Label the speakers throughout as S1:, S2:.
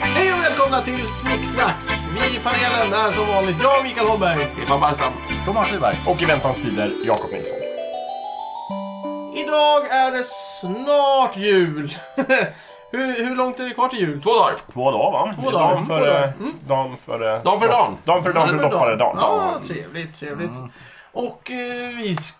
S1: Hej och välkomna till Snicksnack! Vi i panelen är som vanligt jag, Mikael Holmberg.
S2: Stefan Barstam.
S3: Thomas Lyberg.
S2: Och i väntans tider, Jakob Nilsson.
S1: Idag är det snart jul. hur, hur långt är det kvar till jul?
S2: Två dagar.
S3: Två dagar va?
S1: Två dagar,
S2: Dan
S1: två
S2: före...
S1: dagar. Mm.
S3: Dan före...
S2: Dan för dan.
S3: Dan före dan för doppare dan.
S1: Ja, trevligt, trevligt.
S2: Mm.
S1: Och eh, vi, ska,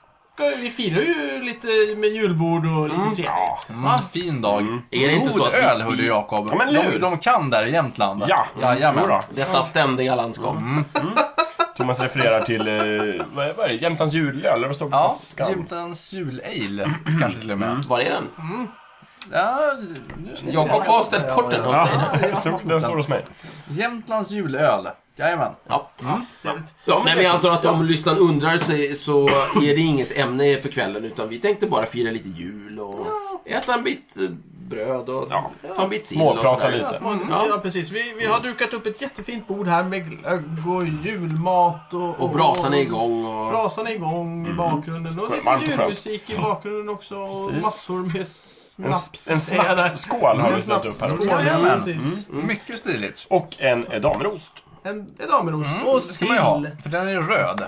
S1: vi firar ju lite med julbord och lite trevligt.
S4: Mm, fin dag. Är det inte
S3: God
S4: så att
S3: öl,
S4: öl, hörde Jakob.
S3: Ja, men eller hur?
S4: de, de kan där i Jämtland.
S3: Ja,
S4: jajamän.
S3: jodå.
S2: Detta ständiga landskap.
S3: Thomas refererar till, eh, vad är- vad är det, Jämtlands julöl, eller vad står det på
S4: Ja,
S3: flaskan?
S4: Jämtlands julale kanske till och med.
S2: Var är den?
S4: Ja, nu ska vi-
S2: Jakob har ställt bort den. Ja.
S3: Ja, jag tror den står hos mig.
S4: Jämtlands julöl. Jajamän.
S2: Ja.
S1: trevligt.
S2: Ja, Nej, men jag antar att om lyssnaren undrar så, så är det inget ämne för kvällen utan vi tänkte bara fira lite jul och äta en bit eh, bröd och
S3: Ja.
S2: ta en bit sill och
S3: Småprata
S2: sådär.
S3: lite.
S2: Mm,
S1: Ja, ja, precis. Vi, vi har dukat upp ett jättefint bord här med glögg och julmat och...
S2: Och brasan är igång och...
S1: Brasan är igång i bakgrunden och lite
S3: Varmt och Mm. skönt.
S1: julmusik i bakgrunden också. Och
S3: Precis.
S1: massor med
S3: En,
S1: snaps.
S3: en snapsskål har
S1: En
S3: vi ställt upp här
S1: snapsskål,
S3: också.
S1: ja,
S4: Jajamän.
S1: precis.
S3: Mm.
S4: Mycket stiligt.
S3: Och en eh, damerost.
S1: En, en damerost
S3: Mm.
S4: Och
S1: och
S4: det ska man ju ha,
S1: sill.
S4: för den är röd.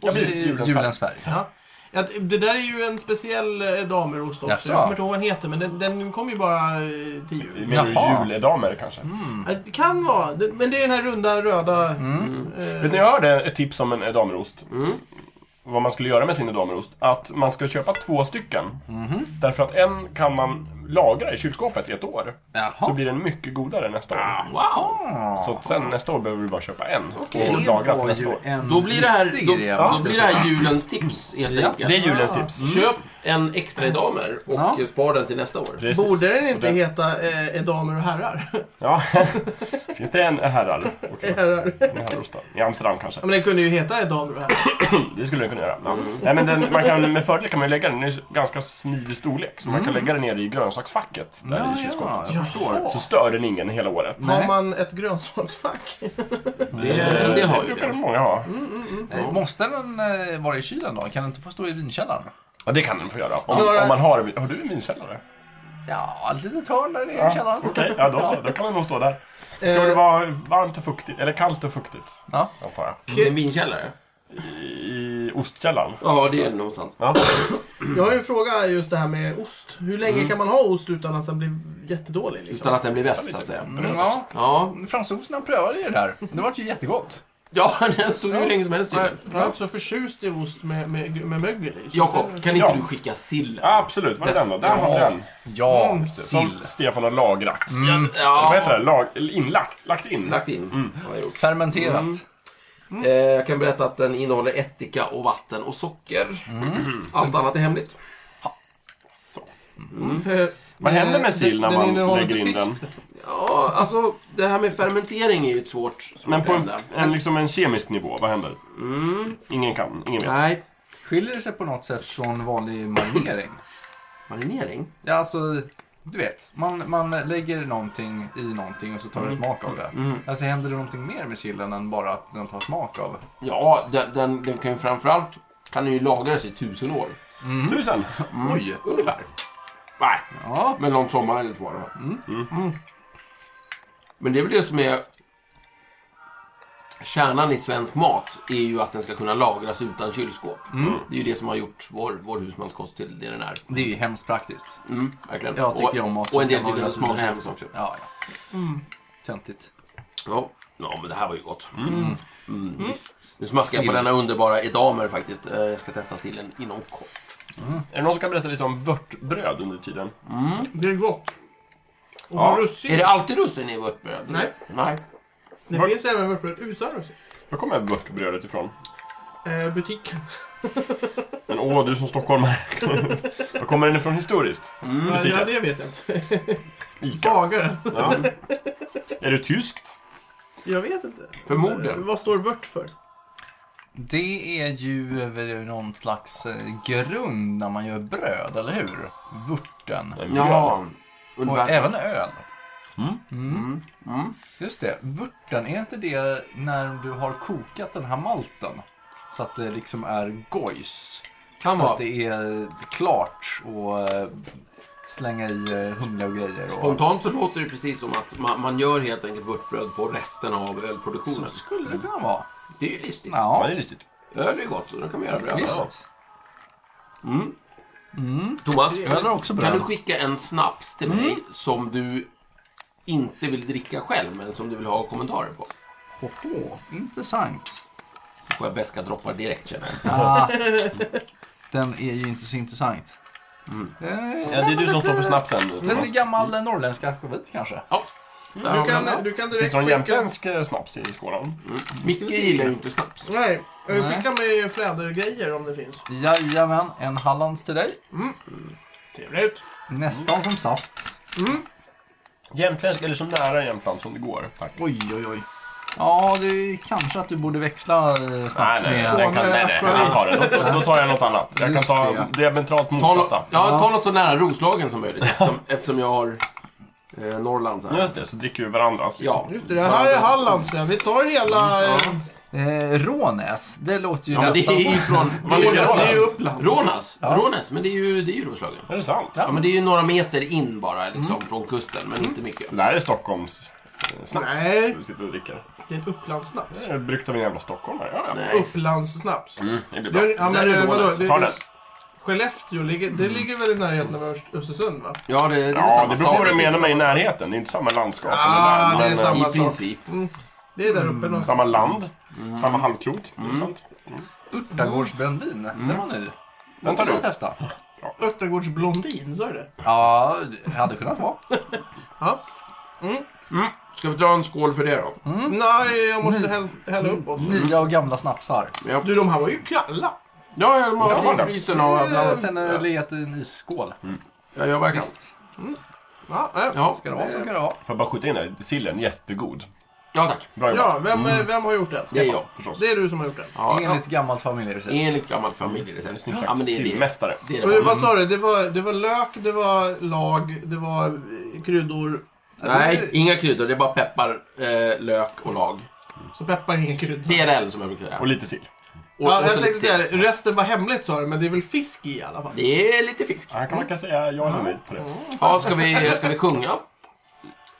S4: Och så är
S3: precis, julens
S4: det julens färg.
S1: Ja. Ja, det där är ju en speciell eh, damerost också.
S4: Jaså?
S1: Jag kommer inte ihåg vad den heter, men den, den kom ju bara eh, till jul.
S3: Menar
S4: Jaha.
S3: du juldamer kanske?
S1: Eh, Det kan vara, det- men det är den här runda röda...
S3: Mm. Vet ni, jag hörde ett tips om en edamerost. Vad man skulle göra med sin edamerost. Att man ska köpa två stycken. Därför att en kan man lagra i kylskåpet i ett år. Så
S4: Jaha.
S3: blir den mycket godare nästa år.
S2: Wow!
S3: Så att sen nästa år behöver du bara köpa en.
S2: Okej.
S3: Och
S2: Det
S3: lagra till
S4: var
S3: nästa
S4: ju
S3: år.
S4: en
S2: Då blir det här,
S4: listig
S2: då,
S4: idé,
S2: då
S4: måste
S2: blir det
S4: jag
S2: här
S4: säga.
S2: julens tips helt enkelt.
S3: Det är julens tips.
S2: Köp en extra damer och
S4: Ja.
S2: spar den till nästa år.
S3: Precis.
S1: Borde den
S3: Och
S1: inte heta eh, eh, damer och herrar?
S3: Ja. Finns det en herrar? också?
S1: herrar.
S3: En herrost då? I Amsterdam kanske?
S1: Ja, men den kunde ju heta eh, damer och herrar.
S3: Det skulle den kunna göra. Ja. Nej, men den, man kan, med fördel kan man ju lägga den, den är ju ganska smidig storlek. Så man kan lägga den ner i grönsaksfacket. Där
S4: Ja,
S3: i kylskåpet.
S4: ja, jag förstår.
S3: Så stör den ingen hela året.
S1: Har
S4: Nej.
S1: man ett grönsaksfack?
S3: Mm.
S2: Det, en del har
S3: det
S2: ju
S3: brukar
S2: Mm. det.
S3: många ha.
S4: Eh, Måste den eh, vara i kylen då? Kan den inte få stå i vinkällaren?
S3: Ja, det kan den få göra. Om,
S1: Klara-
S3: om man har, har du en vinkällare?
S4: Ja, ett litet hörn där i
S3: Ja,
S4: källaren.
S3: Okej, ja, då, så. då kan den nog stå där. Ska
S1: Eh.
S3: det vara varmt och fuktigt, eller kallt och fuktigt?
S4: Ja.
S3: Antar jag.
S2: Det är en vinkällare.
S3: I ostkällaren.
S2: Ja, det är nog sant.
S3: Ja.
S1: Jag har ju en fråga just det här med ost. Hur länge
S3: Mm.
S1: kan man ha ost utan att den blir jättedålig? Liksom?
S2: Utan att den blir väst, så att säga.
S4: Mm, ja.
S2: Ja,
S4: Fransoserna prövade ju det där. Det var ju jättegott.
S2: ja den stod ju hur länge som helst
S1: Nej,
S2: tydligen.
S1: Jag är inte så förtjust i ost med, med, med mögel i. så-
S2: Jakob, kan inte
S3: Ja.
S2: du skicka sill?
S3: Ja, absolut, var är den då? Där har vi den.
S4: Ja,
S3: Som
S4: sill.
S3: Stefan har lagrat. Vad heter
S2: Ja,
S3: det? Lag, inlagt? Lagt in?
S2: Mm. lagt in.
S3: Mm.
S2: Har jag gjort.
S4: Fermenterat.
S2: Eh, Jag kan berätta att den innehåller ättika och vatten och socker.
S3: Mm.
S2: Allt annat är hemligt.
S1: Eh,
S3: Mm. Vad händer med sill när
S1: den
S3: man
S1: innehåller
S3: lägger in
S1: fisk.
S3: den?
S2: Ja, alltså det här med fermentering är ju ett svårt, svårt
S3: Men på en,
S2: ämne.
S3: en, liksom en kemisk nivå, vad händer? Ingen kan, ingen vet.
S2: Nej,
S4: Skiljer det sig på något sätt från vanlig marinering?
S2: marinering.
S4: Ja, alltså, du vet. Man, man lägger någonting i någonting och så tar det
S3: Mm.
S4: smak av det. Alltså händer det någonting mer med sillen än bara att den tar smak av?
S2: Ja, den, den, den kan ju framförallt kan den ju lagras i tusen år.
S3: Tusen!
S2: Oj! Ungefär. Nej,
S4: Ja.
S2: men någon sommar eller två. Mm. Men det är väl det som är kärnan i svensk mat. är ju att den ska kunna lagras utan kylskåp.
S4: Mm.
S2: Mm. Det är ju det som har gjort vår, vår husmanskost till det den är.
S4: Det är ju hemskt praktiskt.
S2: Mm, verkligen.
S4: Jag tycker
S2: och,
S4: om mat som
S2: och en del
S4: kan
S2: tycker att
S4: lagras utan
S2: smakar hemskt
S4: kylskåp.
S2: också.
S4: Ja, ja.
S3: Mm.
S4: Töntigt.
S2: Ja. ja, men det här var ju gott. Mm, visst. Nu smaskar jag
S4: Sill.
S2: på denna underbara edamer faktiskt. Eh, Jag ska testa sillen inom kort.
S3: Är det någon som kan berätta lite om vörtbröd under tiden?
S1: Det är gott. Och
S3: Ja,
S1: russin.
S2: Är det alltid russin i vörtbröd?
S1: Nej.
S2: Nej.
S1: Det
S3: Var-
S1: finns även vörtbröd utan russin.
S3: Var kommer vörtbrödet ifrån?
S1: Eh, butiken.
S3: Men åh, du som stockholmare. Var kommer den ifrån historiskt?
S2: Mm.
S1: Ja,
S3: Butiken.
S1: ja, det vet jag inte.
S3: Ica?
S1: Bagaren.
S3: Ja. Är det tyskt?
S1: Jag vet inte. Eh,
S2: Förmodligen.
S1: Vad står vört för?
S4: Det är ju över någon slags eh, grund när man gör bröd, eller hur? Vörten.
S3: En
S2: Ja,
S4: Och
S2: ungefär.
S4: även öl.
S3: Mm.
S4: Mm.
S2: Mm. Mm.
S4: Just det, vörten. Är inte det när du har kokat den här malten? Så att det liksom är gojs.
S2: Kan
S4: så
S2: vara.
S4: att det är klart och eh, slänga i eh, humle och grejer. Och...
S2: Spontant så låter det precis som att man, man gör helt enkelt vörtbröd på resten av
S4: Så
S2: ölproduktionen.
S4: skulle det kunna vara.
S2: Det är ju listigt.
S3: Ja,
S4: Ja,
S3: det är listigt.
S2: Öl är ju gott, så då kan man göra bröd.
S4: visst.
S2: Mm.
S4: Mm.
S2: Thomas,
S4: Öl är också
S2: kan du
S4: bröd. Mm.
S2: skicka en snaps till mig som du inte vill dricka själv, men som du vill ha kommentarer på?
S4: Hoho, intressant.
S2: Då får jag beska droppar direkt känner jag.
S4: Ah, den är ju inte så intressant. Eh,
S3: Ja, det är du som står för snapsen.
S4: Lite
S3: Thomas.
S4: gammal eh, norrländsk alkoholit kanske.
S2: Ja,
S4: Mm,
S2: där har
S1: Du
S2: vi
S1: kan,
S2: den.
S1: du kan
S3: Finns
S1: direkt
S3: det någon
S1: skicka...
S3: jämtländsk eh, snaps i skålen?
S2: Micke gillar ju inte snaps.
S1: Nej, eh,
S4: Nej.
S1: skicka mig flädergrejer om det finns.
S4: Jajamän, en Hallands till dig.
S1: Trevligt.
S4: Nästan som saft.
S3: Jämtländsk, eller så nära Jämtland som det går. Tack.
S4: Oj, oj, oj. Ja, det är kanske att du borde växla eh,
S3: Nej,
S4: snaps
S3: nej,
S4: med...
S3: den kan, nej, nej. Jag tar det. Då, då tar jag något annat. Jag kan
S4: Just
S3: ta
S4: det.
S3: diametralt
S2: Ta, nå-
S3: motsatta.
S2: ja, ta något så nära Roslagen som möjligt eftersom, eftersom jag har eh, Norrland så här.
S3: Just det, så dricker vi varandras. liksom.
S2: Ja.
S1: Just det, det här är Hallands det. Vi tar hela... eh,
S4: Eh, Rånäs, det låter ju
S2: Ja, men det
S4: nästan...
S2: är ju från...
S3: Vad
S1: Det
S3: går
S1: är,
S3: det
S1: det är
S3: Rolands?
S1: Uppland.
S2: Rånäs, Rånäs, men det är ju, det är ju Roslagen.
S3: Är det sant?
S2: Ja, men det är ju några meter in bara liksom från kusten, men inte mycket.
S3: Det där är Stockholms eh, snaps.
S1: Nej.
S3: Du sitter och dricker.
S1: Det är en Upplandssnaps.
S3: Det är bryggt av en jävla stockholmare. Ja, ja.
S2: Nej.
S1: Upplandssnaps.
S3: Mm, det blir
S1: Ja,
S3: bra.
S1: ja,
S2: Där är
S1: men eh, vadå?
S2: Rånäs.
S1: Det
S3: Ta den.
S1: är Skellefteå, ligger, det
S2: Mm.
S1: ligger väl i närheten av Öst- Östersund va?
S2: Ja, det, det är
S3: Ja,
S2: samma
S3: det beror på
S2: sak. liksom.
S3: vad du
S2: Det
S3: menar
S2: är
S3: med i
S2: samma-
S3: närheten. Det är inte samma landskap.
S1: Ah,
S3: eller
S1: det är
S3: men, eh,
S1: samma-
S2: I
S1: sak. Mm.
S2: princip.
S1: Det är där uppe någonstans.
S3: Samma land,
S1: Mm.
S3: samma halvklot.
S2: Mm.
S3: Det är sant.
S4: Örtagårdsbrännvin, den var ny.
S3: Den tar
S4: Ska
S3: du.
S4: vi testa?
S1: Örtagårdsblondin, sa du det?
S4: Ja, det hade kunnat vara.
S2: Mm. Ska vi dra en skål för det då?
S1: Nej, jag måste
S2: Mm.
S1: hälla, hälla upp också.
S4: Nya och gamla snapsar.
S1: Du, de här var ju kalla.
S2: Ja, jag
S3: Ja,
S2: har
S3: då.
S2: ja, frysen och jag
S4: Ja,
S2: blandar.
S4: sen har det legat i en isskål.
S2: Ja, jag verkar.
S4: Visst.
S1: Ja, äh.
S2: Ja,
S4: Ska det vara så ska det vara.
S3: Får jag bara skjuta in där? Sillen, jättegod.
S2: ja tack.
S3: Bra jobbat.
S1: ja vem, eh, vem har gjort det?
S2: Mm. Det är jag.
S3: Förstås.
S1: Det är du som har gjort det.
S2: Ja,
S4: Enligt gammalt familjerecept.
S2: enligt gammalt familjerecept.
S3: Snyggt sagt.
S2: Ja, men det är det.
S3: Sillmästare.
S2: Det är
S1: Och det,
S2: det.
S1: vad sa du? Det var, det var lök, det var lag, det var eh, kryddor.
S2: Nej, inga kryddor. Det är bara peppar, eh, lök och lag.
S1: Så peppar ingen kryddor.
S2: PRL som jag brukar säga.
S3: Och lite sill.
S2: Och-
S1: Ja,
S2: och
S1: jag
S2: så lite
S1: tänkte
S2: till.
S1: säga det. Resten var hemligt sa du, men det är väl fisk i i alla fall?
S2: Det är lite fisk.
S3: Här kan man kanske säga ja eller nej på det.
S1: Mm.
S2: Ja, ska vi, ska vi sjunga?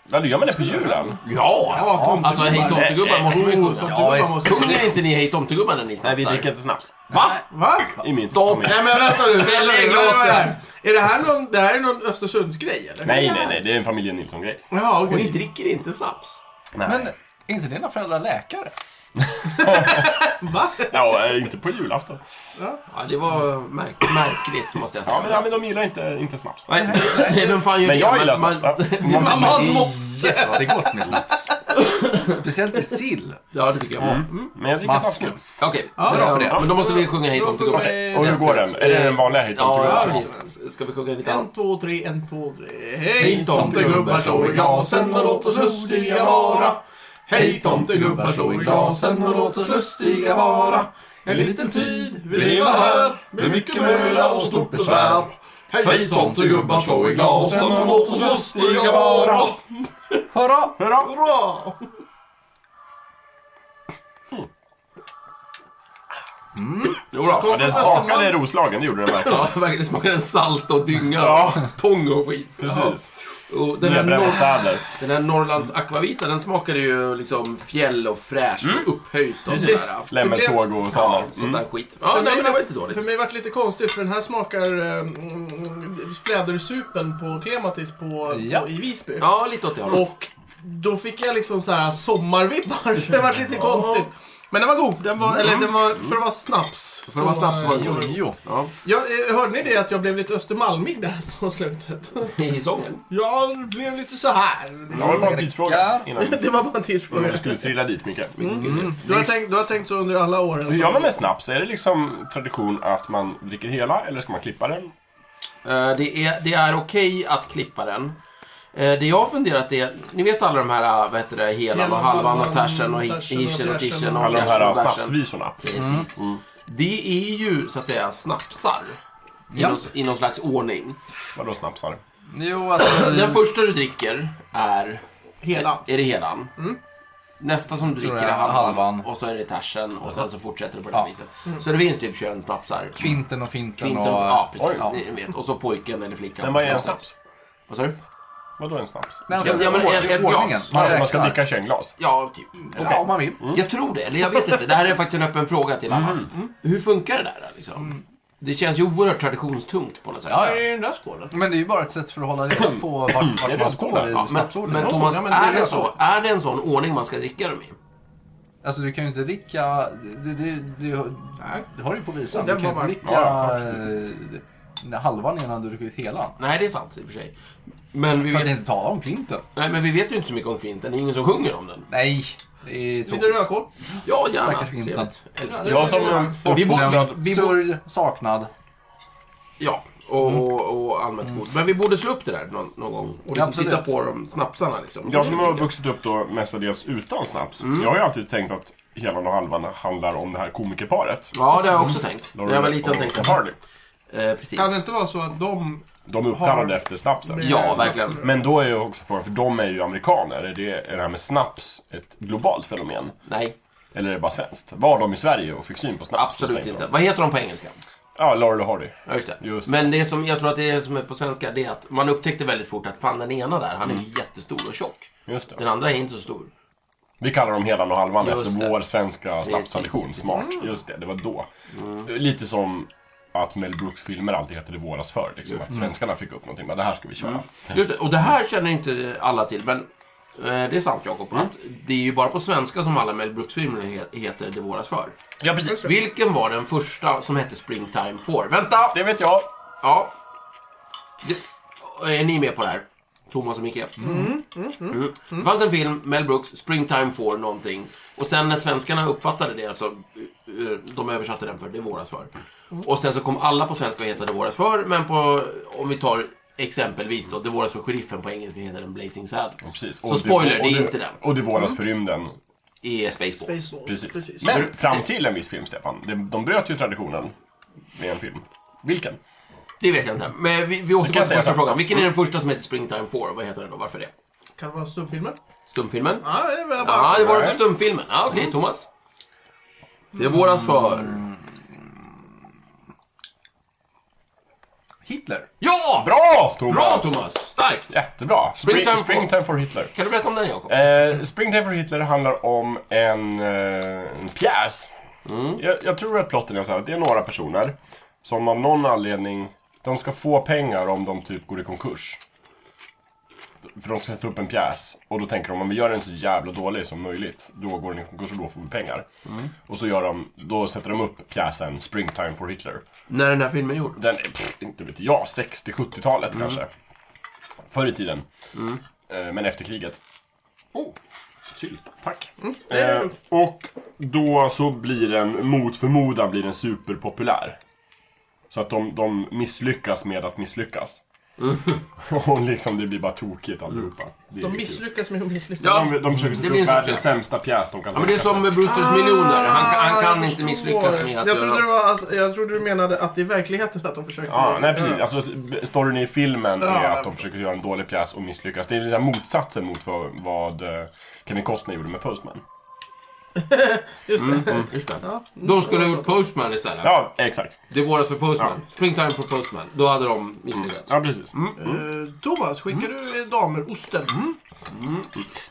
S3: Ja, du gör man det på julen?
S2: Ja!
S1: Ja, tomte.
S2: Alltså, Hej tomtegubbar måste vi
S1: Oh,
S2: sjunga.
S1: tomtegubbar
S4: visst.
S1: måste...
S2: Sjunger inte ni Hej tomtegubbar när ni snapsar?
S3: inte snaps.
S2: Va?
S1: Va?
S3: I min
S2: Stopp.
S3: familj.
S1: Nej men vänta nu.
S2: Ställ dig i
S1: Vad är det här?
S2: glasen.
S1: Är det här någon, det här är någon Östersundsgrej eller?
S3: Nej, nej, nej. Det är en familjen Nilsson-grej.
S1: Jaha,
S2: Och
S1: okej.
S2: ni dricker inte snaps?
S3: Nej.
S4: Men är inte dina föräldrar läkare?
S1: Va?
S3: Ja, eh, inte på julafton.
S2: Ja, det var märk- märkligt måste jag säga.
S3: Ja, men, ja, men de gillar inte, inte snaps.
S2: Nej, nej, vem fan gör
S3: Men
S2: det?
S3: jag gillar
S2: Man-
S3: snaps. ja.
S1: Man, man,
S4: Det är
S1: måste...
S4: jättegott med snaps. Speciellt i sill.
S2: Ja, det tycker jag. Mm.
S3: Men jag dricker snaps nu.
S4: Masken.
S2: Okej,
S1: Ja,
S2: bra
S4: bra
S2: för
S4: för
S2: det.
S4: det.
S2: Men då måste vi sjunga Hej
S1: Då
S2: tomtegubbar.
S1: sjunger vi-
S3: Och hur går den? Är det den vanliga hit?
S2: Ja,
S1: Ja,
S2: ja, precis. Ska vi sjunga lite
S1: En,
S2: annat?
S1: två, tre, en, två, tre.
S2: Hej,
S1: Hej
S2: tomtegubbar,
S1: tomtegubbar, slå i glasen och låt oss lustiga vara. Hej tomtegubbar, slå i glasen och låt oss lustiga vara. En liten tid vi lever här med mycket möda och stort besvär. Hej tomtegubbar, slå i glasen och låt oss lustiga vara.
S4: Hurra!
S3: Hurra!
S1: Bra!
S2: Jodå.
S3: Ja, den smakade Roslagen, det gjorde den verkligen.
S2: Alltså, Ja, verkligen. Det smakar en salt och dynga.
S3: Ja.
S2: Tång och skit.
S3: Precis.
S2: Och den, här
S3: Nybrända
S2: Norr-
S3: städer.
S2: den här Norrlands akvavita, den smakade ju liksom fjäll och fräscht och upphöjt och
S3: Precis.
S2: sådär.
S3: Lämmeltåg och
S2: Ja,
S3: sådana.
S2: sånt där
S3: Mm.
S2: skit. Ja, nej, men det var inte dåligt.
S1: För mig vart det lite konstigt för den här smakar eh, mm, flädersupen på Klematis på,
S4: Ja.
S1: på, i Visby.
S2: Ja, lite åt det hållet.
S1: Och då fick jag liksom så här sommarvibbar. Det var lite konstigt. Men den var god. Den var, eller den var, för att vara snaps.
S2: För det var snabbt så var det
S1: eh,
S2: så.
S4: Jo.
S2: Ja,
S1: jag, eh, Hörde ni det att jag blev lite Östermalmig där på slutet?
S2: i sången.
S1: Jag blev lite så här.
S3: Det var bara en tidsfråga
S4: Ja.
S3: innan
S1: Det var bara en
S3: innan
S1: tidsfråga.
S3: du skulle trilla dit, Micke.
S2: Mm.
S1: Du har, tänkt, du har tänkt så under alla alltså. åren.
S3: Hur gör man med snaps? Är det liksom tradition att man dricker hela eller ska man klippa den?
S2: Eh, Det är, det är okej att klippa den. Eh, Det jag har funderat är, ni vet alla de här, eh, vad heter det, helan och
S1: Helan,
S2: halvan och
S1: halvan,
S2: tersen och
S1: tersen och
S2: hirsen och tischen
S1: fjärsen
S2: och
S1: och-
S3: Alla de
S2: fjärsen
S3: här
S2: och bärsen.
S3: snapsvisorna.
S2: Precis. Mm. Det är ju så att säga snapsar. I,
S4: Ja.
S2: någon, I någon slags ordning.
S3: Vadå snapsar?
S4: Jo, alltså...
S2: Den första du dricker är
S1: Hela.
S2: Är det helan?
S3: Mm.
S2: Nästa som du
S4: Tror
S2: dricker
S4: jag,
S2: är halvan,
S4: halvan.
S2: och så är det tersen och sen så fortsätter det på det
S4: Ja.
S2: här viset.
S3: Mm.
S2: Så det finns typ 21 snapsar.
S4: Kvinten och finten
S2: Kvinten,
S4: och...
S2: ja precis.
S4: Ja.
S2: Ni vet. Och så pojken eller flickan.
S3: Men vad är en snaps?
S2: Vad sa du?
S3: Vadå en snaps?
S4: Nej, alltså,
S2: Ja, ja, men
S4: ordningen.
S2: ett- ett glas.
S4: Man
S3: Alltså man ska
S4: räknar.
S3: dricka 21 glas.
S2: Ja, typ. Eller,
S4: Ja, om man vill.
S2: Jag tror det, eller jag vet inte. Det här är faktiskt en öppen fråga till alla.
S3: Mm.
S2: Hur funkar det där liksom? Det känns ju oerhört traditionstungt på något sätt.
S4: Ja,
S1: Vad
S4: ja.
S1: är den där skålen?
S4: Men det är ju bara ett sätt för att hålla reda på vart, vart man
S3: rödkola?
S4: står i
S3: Ja,
S2: Men,
S4: snapsorden.
S2: men Thomas,
S4: Ja, men
S2: är, det
S4: rödkola.
S2: så, är det en sån ordning man ska dricka dem i?
S4: Alltså du kan ju inte dricka... Det, det, det, det har du ju på visan.
S1: Den
S4: Du kan ju
S1: var
S4: inte dricka
S3: Ja,
S4: eh, halvan innan du druckit hela.
S2: Nej, det är sant i och för sig. Men vi,
S4: För att
S2: vet,
S4: inte tala om kvinten.
S2: nej, men vi vet ju inte så mycket om kvinten. Det är ingen som sjunger om den.
S4: Nej, det är
S1: Lite
S4: tråkigt.
S1: rödkål.
S2: Ja, gärna.
S4: Stackars Vintan.
S2: Trevligt. Älskar det.
S3: Jag som
S1: Ja,
S3: en
S2: vi måste-
S3: bortglömd-
S2: vi-
S4: Surr, saknad.
S2: Ja, och,
S4: Mm.
S2: och, och allmänt god. Men vi borde slå upp det där någon, någon gång. Och liksom
S4: Absolut.
S2: titta på de snapsarna liksom.
S3: Jag som har vuxit upp då mestadels utan snaps.
S2: Mm.
S3: Jag har ju alltid tänkt att helan och halvan handlar om det här komikerparet.
S2: Ja, det har jag också tänkt. När jag var
S3: Laurel
S2: liten
S3: och
S2: tänkte jag.
S3: Harley.
S2: Eh, precis.
S1: Kan det inte vara så att de...
S3: De är uppkallade
S1: Har-
S3: efter snapsen.
S2: Ja, verkligen.
S3: Men då är ju också frågan, för de är ju amerikaner. Är det, är det här med snaps ett globalt fenomen?
S2: Nej,
S3: Eller är det bara svenskt? Var de i Sverige och fick syn på snaps?
S2: absolut
S3: Tänker
S2: inte.
S3: de.
S2: Vad heter de på engelska?
S3: Ja, Laurel och Hardy.
S2: Ja, just det.
S3: Just det.
S2: Men det som jag tror att det är som är på svenska, det är att man upptäckte väldigt fort att fan den ena där, han är ju jättestor och tjock.
S3: Just
S2: Den
S3: det.
S2: andra är inte så stor.
S3: Vi kallar dem helan och halvan
S2: Just
S3: efter
S2: det.
S3: vår svenska snapstradition.
S2: Precis. Mm.
S3: Smart. Just det, det var då. Lite som att Mel Brooks filmer alltid heter Det våras förr. Liksom, att svenskarna fick upp någonting. Men det här ska vi köra.
S2: Just det, och det här känner inte alla till, men eh, det är sant Jakob. att Det är ju bara på svenska som alla Mel Brooks-filmer he- heter Det våras för.
S3: Ja,
S2: Mm.
S3: precis.
S2: Vilken var den första som hette Springtime Four? Vänta!
S3: Det vet jag.
S2: Ja. Det, är ni med på det här? Thomas och Micke? Mm. Det fanns en film, Mel Brooks, Springtime for någonting. Och sen när svenskarna uppfattade det, så, eh, eh, de översatte den för Det våras för. Och sen så kom alla på svenska och hette Det våras för, men på, om vi tar exempelvis då, Det våras för sheriffen på engelska heter den Blazing Saddles.
S3: Precis.
S2: Så
S3: Och
S2: spoiler, det
S3: och
S2: är inte den. Mm.
S3: Och det våras för rymden.
S2: I Spaceball.
S3: Precis.
S1: Precis.
S3: Men fram till en viss film, Stefan. De, de bröt ju traditionen med en film. Vilken?
S2: Det vet jag inte. Men vi, vi återkommer
S3: kan
S2: till
S3: säga
S2: första
S3: så.
S2: frågan. Vilken är den första som heter Springtime for? Vad heter den då? Varför det?
S1: Kan det vara stumfilmer?
S2: Stumfilmen?
S1: Ja, det är väl bara...
S2: Ja, Mm. det var det för stumfilmen. Ja, Okej, Thomas. Det är våras för...
S4: Hitler.
S2: Ja! Bra,
S3: Bra, Thomas!
S2: Bra Thomas! Starkt!
S3: Jättebra! Springtime,
S2: Springtime for-
S3: Springtime for Hitler.
S2: Kan du berätta om den, Jakob?
S3: Eh, Springtime for Hitler handlar om en, eh, en pjäs. Jag, jag tror att plotten är så här att det är några personer som av någon anledning, de ska få pengar om de typ går i konkurs. För de ska sätta upp en pjäs. Och då tänker de om vi gör den så jävla dålig som möjligt, då går den i konkurs och då får vi pengar. Och så gör de, då sätter de upp pjäsen Springtime for Hitler.
S2: När den här filmen är gjord?
S3: Den är, pff, inte vet jag, 60-70-talet
S2: Mm.
S3: kanske. Förr i tiden. Eh, Men efter kriget. Oh, sylt. Tack.
S2: Mm.
S3: Eh, och då så blir den, mot förmodan, blir den superpopulär. Så att de, de misslyckas med att misslyckas.
S2: Mm.
S3: och liksom det blir bara tokigt alltihopa. Det är
S1: De
S3: kul.
S1: misslyckas med att misslyckas.
S2: Ja,
S3: de, de försöker sätta
S2: blir en
S3: upp
S2: sån
S3: världens
S2: pjäs.
S3: sämsta pjäs de kan
S2: Ja, men det är
S3: tänka sig.
S2: som med Brewsters miljoner. Han, han kan
S1: jag
S2: inte
S1: förstår.
S2: misslyckas med att
S1: jag trodde, det
S2: göra...
S1: var, alltså, jag trodde du menade att i verkligheten att de försökte...
S3: Ja, nej precis. Alltså, storyn i filmen
S1: Mm. Ja,
S3: är
S1: jag
S3: att de försöker göra en dålig pjäs och misslyckas. Det är liksom motsatsen mot vad, vad eh, Kevin Costner gjorde med Postman.
S1: Just det.
S2: Just det.
S1: Ja.
S2: De skulle ha gjort Postman istället.
S3: Ja, exakt.
S2: Det våras för Postman. Springtime for Postman. Då hade de misslyckats.
S3: Ja, precis. Mm,
S1: Eh, Thomas, skickar
S2: Mm.
S1: du damer osten?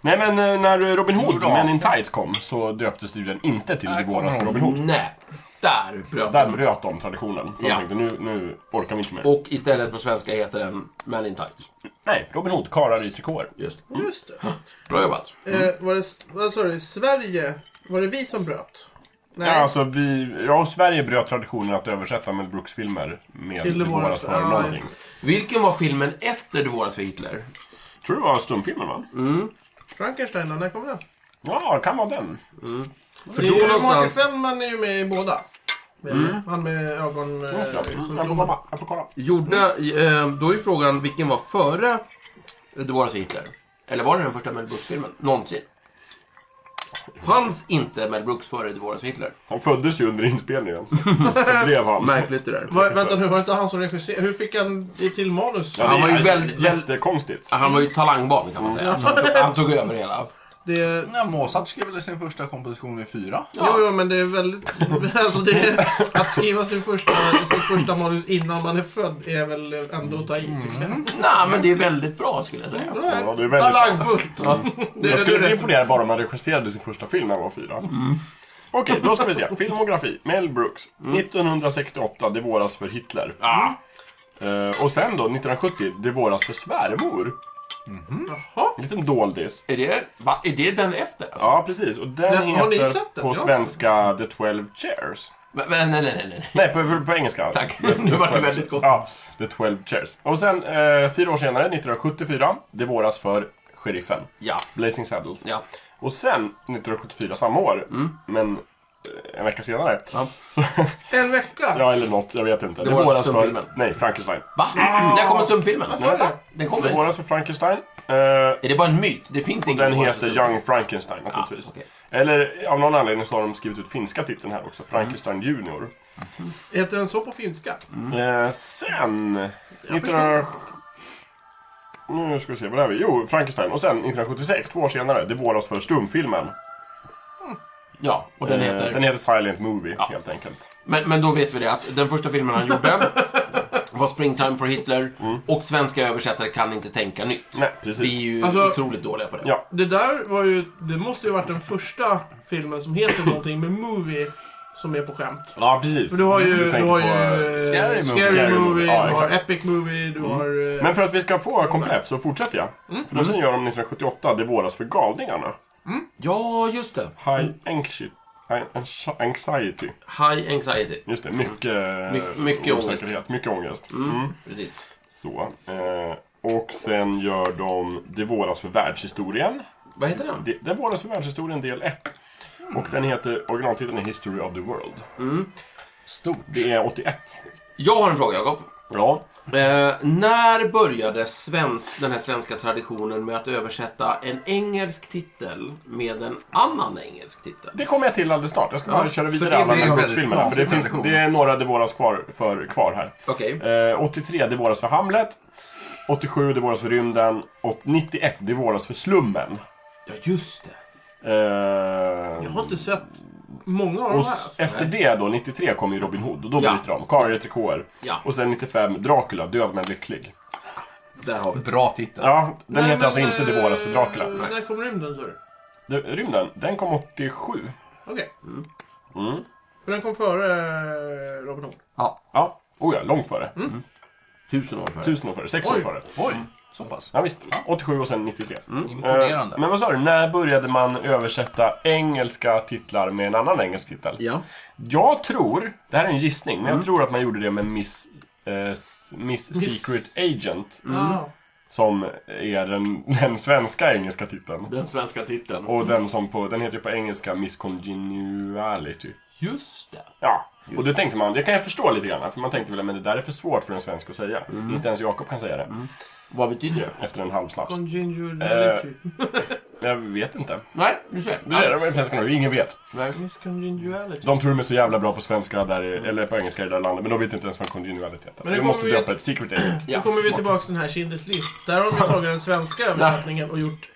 S3: Nej, men eh, när Robin Hood,
S2: Bra.
S3: Men in Tights kom, så döptes den inte till Det våras Robin Hood.
S2: Nej, där bröt
S3: Där
S2: de.
S3: bröt de traditionen. De
S2: Ja.
S3: tänkte, nu, nu orkar vi inte mer.
S2: Och istället på svenska heter den Man in Tights.
S3: Nej, Robin Hood, karlar i trikåer.
S2: Just det.
S1: Just det.
S2: Bra jobbat.
S1: Eh, var det, vad sa du, Sverige? Var det vi som bröt? Nej.
S3: Ja, alltså, vi, jag och Sverige bröt traditionen att översätta Mel Brooks-filmer med
S1: Till
S3: Det våras för
S1: ja,
S3: någonting.
S2: Vilken var filmen efter Det våras för Hitler? Mm.
S3: Tror du det var stumfilmen, va?
S1: Frankenstein, när kom den?
S3: Ja, det kan vara den.
S2: För
S1: Det
S2: då
S1: är ju Martin
S2: någonstans... Mm.
S1: Feldman är ju med i båda. Han med ögon... eh,
S3: Jag får kolla. Jag får kolla.
S2: Gjorde, eh, då är frågan vilken var före Det var alltså Hitler. Eller var det den första Mel Brooks-filmen någonsin? Fanns inte Mel Brooks före Det var alltså Hitler?
S3: Han föddes ju under inspelningen. Så det blev han.
S2: Märkligt det där.
S1: Va, vänta nu, var det inte han som regisserade? Hur fick han det till manus?
S3: Ja, det
S2: Han var ju
S3: är
S2: väldigt- väldigt-
S3: Jättekonstigt.
S2: Han var ju talangbarn kan man säga. Han tog, han tog över hela.
S1: Det,
S4: Ja, Mozart skrev väl sin första komposition vid fyra?
S1: Jo, jo, men det är väldigt... Alltså det är, att skriva sin första, sitt första manus innan man är född är väl ändå att ta i, tycker jag.
S2: Nej, men det är väldigt bra skulle jag säga.
S3: Mm. Ja, det är väldigt...
S1: Talangfullt! Det är
S3: Jag skulle
S1: det
S3: bli
S1: rätt.
S3: imponerad bara om han regisserade sin första film när han var fyra.
S2: Mm.
S3: Okej, då ska vi se. Filmografi. Mel Brooks.
S2: Mm.
S3: 1968, Det våras för Hitler.
S2: Ah,
S3: Eh, och sen då, 1970, Det våras för svärmor.
S1: Mhm. Jaha.
S3: En liten doldis.
S2: är, det, va, är det den efter? Alltså?
S3: Ja, precis. Och den
S1: Den- har ni
S3: heter
S1: sett den?
S3: på
S1: Jag har
S3: svenska The 12 Chairs.
S2: Men, men, nej, nej, nej, nej.
S3: Nej, på, på, på engelska.
S2: Tack.
S3: The-
S2: Nu
S3: The
S2: vart det
S3: 12
S2: väldigt gott.
S3: Ja, The 12 Chairs. Och sen, eh, fyra år senare, 1974, Det våras för Sheriffen.
S2: Ja,
S3: Blazing Saddles.
S2: ja. Mm.
S3: Och sen, 1974, samma år, men eh, en vecka senare,
S2: ja.
S1: En vecka?
S3: Ja, eller något. Jag vet inte. Det,
S2: våras
S3: våras
S2: för
S3: för...
S2: filmen.
S3: Nej, Frankenstein.
S2: Va? När kommer stumfilmen?
S1: Vad är det?
S2: Den
S3: Det
S2: kommer.
S3: våras för Frankenstein. Eh,
S2: Är det bara en myt? Det finns ingen
S3: den
S2: våras
S3: heter
S2: stumfilm.
S3: Young Frankenstein, naturligtvis.
S2: Ah, okej.
S3: Eller av någon anledning så har de skrivit ut finska titeln här också. Frankenstein Junior.
S1: Heter den så på finska? Mm.
S3: Eh, sen... 1900... Nu ska vi se, vad är vi? Jo, Frankenstein. Och sen 1976, två år senare, det våras för stumfilmen.
S2: Ja, och den
S3: Eh,
S2: heter...
S3: den heter Silent Movie,
S2: Ja.
S3: helt enkelt.
S2: Men, men då vet vi det att den första filmen han gjorde var Springtime for Hitler och svenska översättare kan inte tänka nytt.
S3: Nej, precis.
S2: Vi är ju
S1: Alltså-
S2: otroligt dåliga på det.
S3: Ja.
S1: Det där var ju... Det måste ju varit den första filmen som heter någonting med movie som är på skämt.
S3: Ja, precis.
S1: För du har ju... Du,
S3: tänker
S1: har
S3: på,
S1: ju...
S3: eh,
S1: eh,
S2: Scary Movie.
S1: Scary
S3: Scary
S1: movie
S3: Movie, ja,
S1: du har
S3: exakt. Mm.
S1: Epic Movie, du har... eh,
S3: Men för att vi ska få komplett så fortsätter jag.
S2: Mm.
S3: För då sen gör de 1978, det våras för galningarna.
S2: ja, just det.
S3: High anxiety. high anxi- Anxiety.
S2: High Anxiety.
S3: Just det, mycket,
S2: My- mycket
S3: osäkerhet. Mycket ångest. Mm.
S2: Precis.
S3: Så. Eh, och sen gör de Det våras för världshistorien.
S2: Vad heter den?
S3: Det, det våras för världshistorien del 1. Och den heter, originaltiteln är History of the World.
S4: Stort.
S3: Det är 81.
S2: Jag har en fråga, Jakob.
S3: Ja.
S2: Eh, när började svensk, den här svenska traditionen med att översätta en engelsk titel med en annan engelsk titel?
S3: Det kommer jag till alldeles snart. Jag ska
S2: Ja,
S3: bara köra
S2: för
S3: vidare
S2: det
S3: alla
S2: blir
S3: de här
S4: väldigt
S3: filmerna. För det,
S4: konstig
S3: finns,
S4: tradition.
S3: det är några Det våras kvar, för, kvar här.
S2: Okej.
S3: Eh, 83, det våras för Hamlet. 87, det våras för Rymden. Och 91, det våras för Slummen.
S2: Ja, just det.
S3: Eh,
S1: Jag har inte sett många av
S3: och
S1: de
S3: s-
S1: här.
S3: efter det då, 93, kom ju Robin Hood. Och då
S2: Ja.
S3: bryter de. Karin Trikåer.
S2: Ja.
S3: Och sen 95, Dracula, Död men lycklig.
S2: Där har vi det.
S4: Bra titel.
S3: Ja,
S1: Nej,
S3: den heter
S1: men,
S3: alltså inte Det våras för
S1: eh,
S3: Dracula.
S1: När kom rymden, sa du?
S3: Det- Rymden, den kom 87.
S1: Okej.
S3: Mm.
S1: För den kom före eh, Robin Hood.
S3: Ja, oh ja, långt före.
S2: Tusen år före.
S3: Tusen år före, sex år
S1: Mm. Oj.
S3: före.
S4: Oj, så pass.
S3: Ja, visst. 87 och sen 93.
S4: Imponerande.
S3: Eh, Men vad sa du, när började man översätta engelska titlar med en annan engelsk titel?
S2: Ja.
S3: Jag tror, det här är en gissning, men jag tror att man gjorde det med Miss, eh, s- Miss,
S1: Miss-
S3: Secret Agent.
S2: Mm.
S1: Ja.
S3: Som är den, den svenska engelska titeln.
S2: Den svenska titeln.
S3: Och den som på, den heter ju på engelska Miss Congeniality.
S2: Just det.
S3: Ja, och det tänkte man, det kan jag förstå lite grann. För man tänkte väl, men det där är för svårt för en svensk att säga.
S1: Mm.
S3: Inte ens Jakob kan säga det.
S2: Vad betyder det?
S3: Efter en halv snaps.
S1: Congeniality.
S3: Jag vet inte.
S2: Nej, du ser.
S3: Det är de svenskarna, ingen vet.
S2: Nej.
S1: Miss Congeniality.
S3: De tror de är så jävla bra på svenska, där, i- eller på engelska i det där landet, men de vet inte ens vad congeniality heter.
S1: Mm. Men det
S3: Vi måste
S1: kommer vi-
S3: döpa ett secret agent.
S1: Nu
S2: Ja.
S1: kommer vi tillbaka till den här Schindler's list. Där har de ju tagit den svenska översättningen och gjort...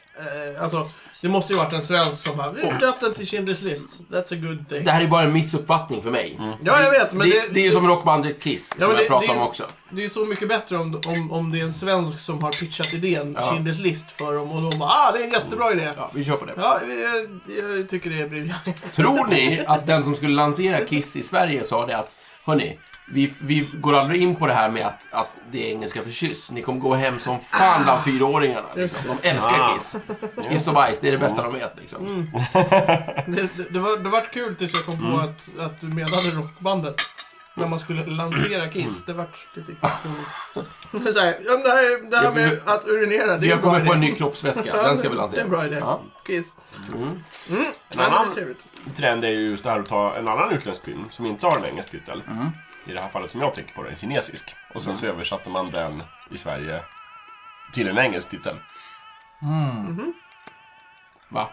S1: Eh, alltså, det måste ju varit en svensk som bara Vi har döpt den till Schindler's list. That's a good thing.
S2: Det här är bara en missuppfattning för mig.
S1: Ja, jag vet. Mm. Men
S2: det,
S1: det,
S2: det, är ju som rockbandet Kiss, som
S1: men det-
S2: jag pratade
S1: det är-
S2: om också.
S1: det är ju så mycket bättre om, om, om det är en svensk som har pitchat idén, Schindler's list, för dem och de bara ah, det är en jättebra idé.
S2: Mm. Ja, vi kör på det.
S1: Ja, jag, jag tycker det är briljant.
S2: Tror ni att den som skulle lansera Kiss i Sverige sa det att, hörni, vi, vi går aldrig in på det här med att, att det är engelska för kyss. Ni kommer gå hem som fan bland fyraåringarna. Liksom. De älskar
S3: Ah.
S2: Kiss. Kiss och bajs, det är det bästa de vet. Liksom.
S1: Mm. Det, det, det, var, det vart kul tills jag kom
S2: Mm.
S1: på att, att du menade rockbandet. När man skulle lansera Kiss.
S2: Mm.
S1: Det vart lite kul. Det är så här, ja, men det, här, är- det här
S2: Jag-
S1: med
S2: jag-
S1: att urinera, det
S2: Vi
S1: är
S2: har
S1: en bra
S2: kommit på en
S1: idé.
S2: ny kroppsvätska,
S1: Ja,
S2: den ska vi lansera.
S1: Det är en bra idé.
S2: Ja.
S1: Kiss. Mm.
S3: En
S1: Nej, men det
S3: annan-
S1: är trevligt.
S3: Trend är ju just det här att ta en annan utländsk film som inte har en engelsk titel.
S1: Mm.
S3: I det här fallet som jag tänker på, en kinesisk. Och sen så översatte man den i Sverige till en engelsk titel.
S2: Va?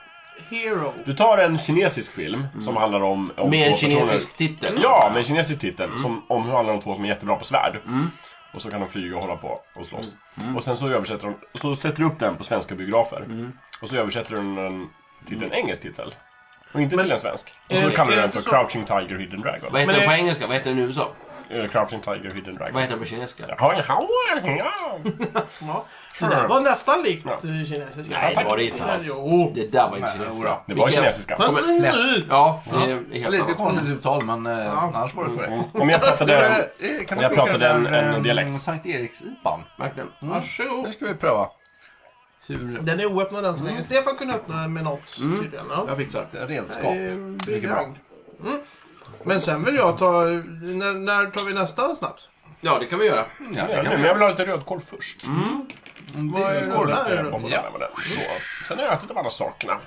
S1: Hero.
S3: Du tar en kinesisk film
S1: Mm.
S3: som handlar om... om
S2: Med en
S3: två personer-
S2: kinesisk titel.
S3: Ja, med en kinesisk titel.
S1: Mm.
S3: Som om hur handlar om två som är jättebra på svärd. Och så kan de flyga och hålla på och slåss.
S1: Mm.
S3: Och sen så översätter de, så sätter du upp den på svenska biografer.
S1: Mm.
S3: Och så översätter du den till en engelsk titel. Och inte till en svensk. Och så
S1: Eh,
S3: kallar
S1: är
S3: du
S1: det
S3: den
S1: inte
S3: för
S1: så-
S3: Crouching Tiger Hidden Dragon.
S2: Vad
S1: Men
S2: heter den på
S1: det-
S2: engelska? Vad heter den i USA?
S3: Eh, Crouching Tiger Hidden Dragon.
S2: Vad heter den på kinesiska?
S3: Ja, ja, ja.
S1: Ja. Det där var nästan likt ja. kinesiska.
S2: Nej, det var det inte alls.
S1: Jo.
S2: Det där var inte
S4: Nej,
S2: kinesiska.
S4: jodå.
S3: Det var
S2: Vilka-
S3: kinesiska.
S1: Han
S3: Om-
S1: ser ut.
S2: Ja, det är helt
S4: Lite
S2: annat. Mm.
S4: konstigt uttal, men eh, annars var det korrekt.
S3: Om jag pratade...
S4: Eh, Kan
S3: jag
S4: skicka
S3: pratade en-
S4: den här,
S3: en dialekt.
S4: eh, Sankt Eriks-IPan.
S2: Verkligen.
S1: Varsågod.
S2: Mm.
S4: Nu ska vi pröva. Hur
S1: Den är oöppnad än så länge. Stefan kunde öppna med något
S2: Mm.
S1: tydligen. Ja.
S2: Jag fixar.
S4: redskap.
S1: Ehm,
S4: Mycket bra.
S1: begravd. Mm. Men sen vill jag ta... När, när tar vi nästa snaps?
S2: Ja, det kan vi göra.
S4: Ja, det
S3: Ja,
S4: kan
S3: nu,
S4: vi
S3: men jag vill ha lite rödkål först.
S1: Mm. Vad är den
S3: Rödkål,
S1: där?
S3: eh,
S1: då?
S3: bottnar där med den. Så. Sen har jag ätit de andra sakerna.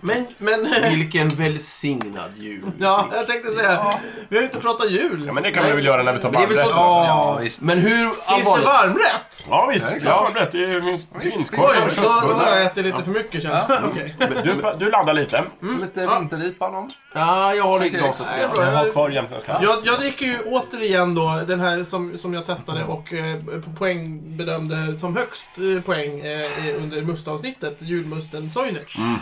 S1: Men, men...
S2: Vilken välsignad jul.
S1: Ja, jag tänkte säga. Vi har ju inte pratat jul.
S3: Ja, men det kan vi väl göra när vi tar
S2: Men det är väl
S3: varmrätt.
S2: så-
S3: alltså.
S4: Ja, visst.
S2: Men hur
S1: Finns det
S2: allvarligt?
S1: varmrätt?
S3: Ja visst, jag har förberett. Det är min
S1: Oj,
S3: prinskorv.
S1: då då har jag ätit lite för mycket känner jag. Okej.
S3: Du, du landar lite.
S1: Mm.
S4: Lite vinter-IPA någon.
S2: Ja, jag har det i
S4: Sankt Eriks.
S2: glaset.
S1: Nej,
S2: redan.
S1: bra.
S3: Jag har kvar jämtländskan.
S1: Jag, jag dricker ju återigen då den här som, som jag testade och eh, på poäng bedömde som högst eh, poäng eh, i- under mustavsnittet, julmusten Soinerts.
S3: Mm,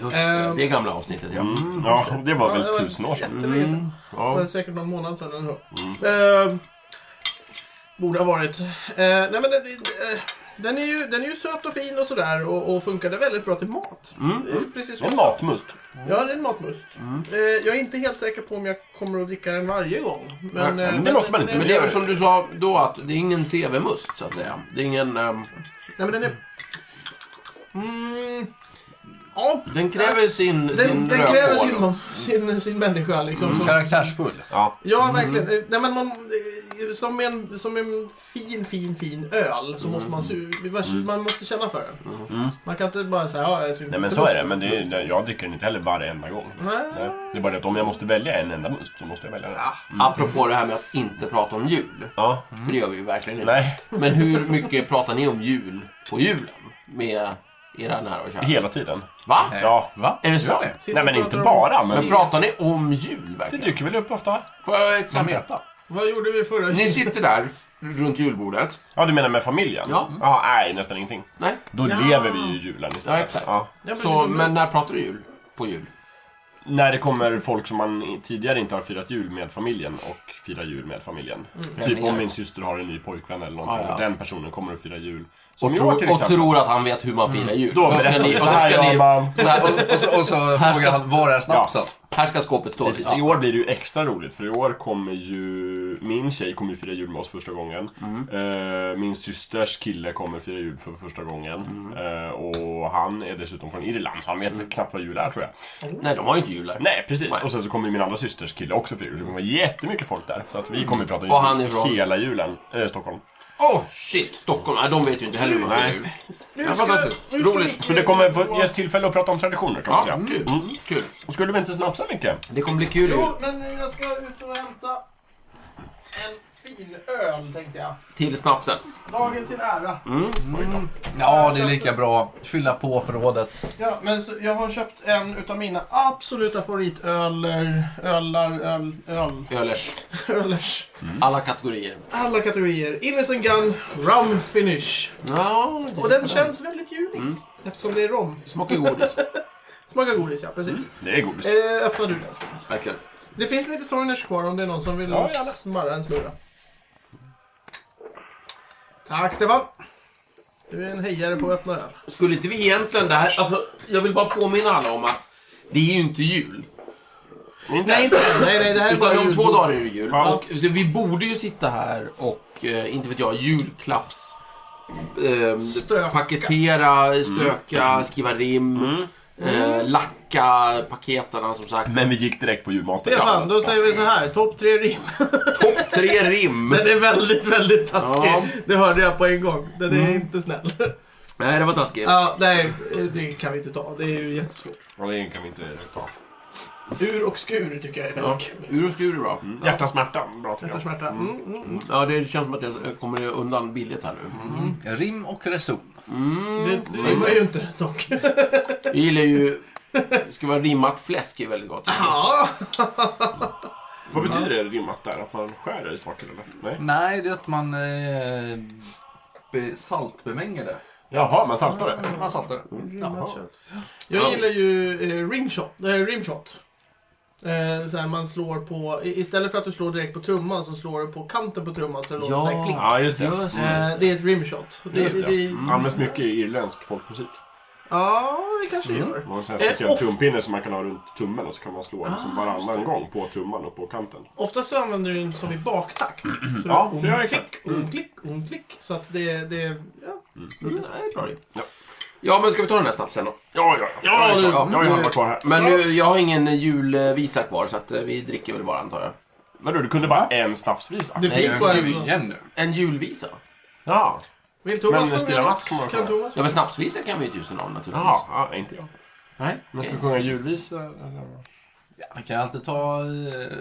S2: Just det,
S1: Ehm.
S2: det gamla avsnittet ja. Mm.
S3: Ja, det var
S1: Ja, det
S3: väl
S1: var
S3: tusen år sedan.
S1: jättelänge sedan. Det var
S2: ja.
S1: säkert någon månad sedan eller så. Eh, borde ha varit. Eh, nej men den, eh, den, är ju, den är ju söt och fin och sådär och, och funkade väldigt bra till mat. Det är ju precis som
S3: En matmust.
S1: Ja, det är en matmust. Eh, jag är inte helt säker på om jag kommer att dricka den varje gång. Men,
S3: Nej,
S1: eh,
S3: men det måste man inte.
S2: Men det är väl som du sa då att det är ingen TV-must så att säga. Det är ingen... ehm,
S1: Nej, men den är... Mm, ja,
S2: Den kräver sin,
S1: den,
S2: sin
S1: den
S2: rödkål.
S1: kräver sin, sin, sin människa liksom.
S4: Mm.
S1: som-
S4: Karaktärsfull.
S3: Ja.
S1: Ja, verkligen. Eh, Nej, men man, eh, som, en, som en fin, fin, fin öl så måste man, su- man, man måste känna för den.
S2: Mm.
S1: Man kan inte bara säga ja, jag är sugen.
S3: Mm. Nej men så är det. Men det är, nej, jag dricker den inte heller varenda gång.
S1: Nej.
S3: Nej. Det är bara det att om jag måste välja en enda must så måste jag välja den.
S2: Mm. Apropå det här med att inte prata om jul.
S3: Ja.
S2: För det gör vi ju verkligen inte.
S3: Nej.
S2: Men hur mycket pratar ni om jul på julen? Med era nära och kära?
S3: Hela tiden.
S2: Va?
S4: Nej.
S3: Ja.
S4: Eh, Va?
S2: Är det
S4: Gör
S2: sant?
S4: ni?
S1: Sitter
S3: Nej men
S1: och
S3: inte
S1: pratar om-
S3: bara. Men
S2: Men pratar ni om jul
S3: det
S2: verkligen?
S3: dyker väl upp ofta.
S2: Får jag ett
S4: Kan
S2: exempel?
S4: veta.
S1: Vad gjorde vi förra
S2: Ni sitter där runt julbordet.
S3: Ja du menar med familjen?
S2: Ja.
S3: ja nej, nästan ingenting.
S2: Nej,
S3: Då lever vi ju julen istället.
S2: Ja, exakt.
S3: Ja.
S1: Ja, precis
S2: så,
S1: som-
S2: men när pratar du jul? På jul?
S3: När det kommer folk som man i- tidigare inte har firat jul med familjen och firar jul med familjen. Typ
S2: Främlingar.
S3: om min syster har en ny pojkvän eller någonting.
S2: Ah, Mm. ja.
S3: och Den personen kommer att fira jul. Som
S2: Och,
S3: i
S2: tro,
S3: år till
S2: och
S3: exempel. Mm.
S2: tror att han vet hur man firar jul.
S3: Då
S2: Och ska
S3: berättar
S2: ni-
S3: vi
S2: och
S3: så
S2: ska
S3: här gör
S2: ni-
S3: man.
S2: så här, och,
S4: Och så, och så frågar
S2: ska-
S4: han, var är snapsen?
S2: här ska skåpet stå.
S3: Precis, I år blir det ju extra roligt för i år kommer ju min tjej kommer ju fira jul med oss första gången.
S2: Mm.
S3: Eh, min systers kille kommer fira jul för första gången.
S2: Mm.
S3: Eh, och han är dessutom från Irland så han vet väl knappt vad jul är tror jag.
S2: Nej, de har ju inte jul där.
S3: Nej precis.
S2: Mm. Nej.
S3: Och sen så kommer ju min andra systers kille också fira jul. Så det kommer jättemycket folk där. Så att vi kommer prata jul
S2: Mm. Och han är från?
S3: hela julen. Eh, Stockholm.
S2: Åh oh, shit! Stockholm, nej, de vet ju inte heller hur man firar
S3: Nej.
S2: jul.
S1: Nu ska-
S2: Ja, fantastiskt.
S1: nu ska
S2: Roligt.
S1: vi-
S3: Så det kommer få ges tillfälle att prata om traditioner kan man
S2: Ja,
S3: säga.
S2: kul. kul.
S3: Och skulle vi inte snapsa mycket?
S2: Det kommer bli kul i jul.
S1: Jo, men eh, jag ska ut och hämta en fin öl tänkte jag.
S2: Till snapsen.
S1: Dagen till ära.
S2: Mm.
S4: Ja, det är lika bra. Fylla på förrådet.
S1: Ja, men så, jag har köpt en utav mina absoluta favoritöler, ölar, öl, öl,
S2: Ölers.
S1: ölers.
S3: Mm.
S2: Alla kategorier.
S1: alla kategorier. Innocent Gun Rum Finish.
S2: Ja, det
S1: Och den känns väldigt julig.
S2: Mm.
S1: Eftersom det är rom.
S2: smakar godis.
S1: Smakar godis, ja. Precis.
S3: Det är
S2: Mm.
S3: godis.
S1: Eh, öppna du den. Stefan.
S2: Verkligen.
S1: Det finns lite Soiners kvar om det är någon som vill
S3: Ja, gärna.
S1: smarra en smula. Tack Stefan! Du är en hejare på att öppna öl.
S2: Skulle inte vi egentligen det här... Alltså, jag vill bara påminna alla om att det är ju inte jul.
S3: Inte
S1: Nej, inte än. nej, nej, det här är bara
S2: Utan om
S1: jul.
S2: två dagar är det jul.
S3: Ja.
S2: Och, så vi borde ju sitta här och, eh, inte vet jag, julklapps... ehm,
S1: Stöka. Mm.
S2: paketera, stöka, skriva rim. Eh, lacka paketerna som sagt.
S3: Men vi gick direkt på julmaten.
S1: Stefan, då säger vi så här. Topp tre rim.
S2: Topp tre rim!
S1: Den är väldigt, väldigt taskig.
S2: Ja. Mm.
S1: Det hörde jag på en gång. Den är inte snäll.
S2: Nej, det var taskigt.
S1: Ja, nej, det kan vi inte ta. Det är ju jättesvårt.
S3: Ja, det kan vi inte ta.
S1: Ur och skur tycker jag är
S2: Ja,
S1: väldigt kul.
S2: ur och skur är bra.
S1: Mm.
S3: Hjärta, smärta. Bra tycker
S1: Smärta. Mm, mm, mm.
S4: Mm.
S2: Ja, det känns som att jag kommer undan billigt här nu.
S4: Rim och reson.
S1: Det
S2: Mm.
S1: det rimmar ju inte dock.
S2: Jag gillar ju... Det skulle vara rimmat fläsk är väldigt gott.
S1: Ja,
S3: Vad betyder det rimmat där? Att man skär i saker eller? Nej?
S4: Nej, det är att man eh, be- saltbemänger det.
S3: Jaha, man saltar det?
S4: Man saltar.
S1: Rimmat kött. Jag gillar ju eh, rimshot. Det här är rimshot. Eh, så här, man slår på, i- istället för att du slår direkt på trumman så slår du på kanten på trumman så det låter
S2: Ja.
S1: så här kling.
S3: Ja, ah, just det.
S2: Just
S1: Eh, det är ett rimshot. Det,
S3: Just
S1: det.
S3: det. Mm.
S1: Det,
S3: Används mycket i irländsk folkmusik.
S1: Ja, det kanske det gör.
S3: Man har en sån här
S1: Eh,
S3: speciell
S1: off.
S3: trumpinne som man kan ha runt tummen och så kan man slå den som varannan gång på trumman och på kanten.
S1: Oftast så använder du den som i baktakt. Så
S3: Ja,
S1: det
S3: det gör jag
S1: klick,
S3: exakt. Mm.
S1: om klick, om klick. Så att det, det ja.
S2: Mm, det är bra det.
S3: Ja.
S2: Ja, men ska vi ta den här snapsen då?
S3: Ja, ja, ja. Mm. Jag är
S2: du-
S3: klar. Jag har ju halva kvar här.
S2: Men nu, jag har ingen julvisa kvar så att eh, vi dricker väl bara antar jag.
S3: Vadå, du kunde bara en snapsvisa?
S1: Det
S2: Nej,
S1: finns bara en
S4: Du,
S1: sån.
S4: igen nu.
S2: En julvisa?
S3: Ja.
S1: Vill
S3: Men
S1: Thomas
S3: Stilla Natt kommer jag
S1: Kan
S3: kvar.
S1: Thomas
S2: Ja men snapsvisa kan vi ju tusen av naturligtvis.
S3: Jaha, ja, inte jag.
S2: Nej.
S3: Men ska vi sjunga eh, julvisa? eller?
S4: Man kan alltid ta... Eh,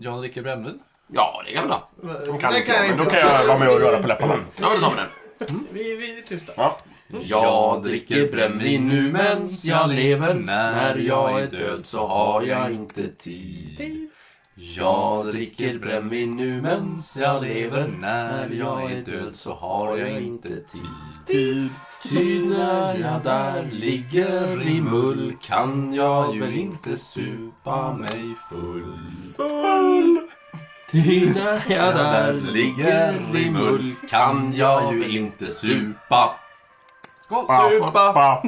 S4: jag dricker brännvin.
S2: Ja det kan vi ta.
S3: De
S1: Det
S3: kan inte Mm.
S1: jag
S3: jag, men då kan jag vara med och röra på läpparna.
S2: Ja men då tar vi den.
S1: Vi, vi är tysta.
S3: Ja.
S2: Jag dricker brännvin nu mens jag lever. När jag är död så har jag inte tid. Jag dricker brännvin nu mens jag lever. När jag är död så har jag inte tid.
S3: Tid.
S2: Ty när jag där ligger i mull kan jag väl inte supa mig full.
S1: Full!
S2: Ty när jag
S4: där
S2: där ligger i mull kan jag ju inte supa.
S4: Skål!
S1: Supa!
S3: Ba.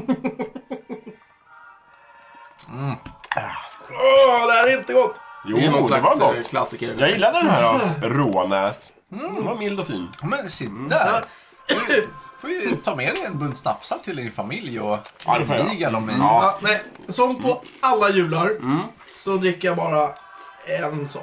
S1: Mm. Äh. Åh, det här är inte gott! Mm.
S3: Jo, det var gott.
S2: eh, klassiker.
S3: Jag gillade den här alltså, rånäs. Den var mild och fin.
S4: Men se
S2: Mm.
S4: där! Du får ju ta med dig en bunt snapsar till din familj och
S3: Ja, det får jag.
S4: viga dem i.
S3: Ja.
S1: Ja, nej, som på alla jular så dricker jag bara en sån.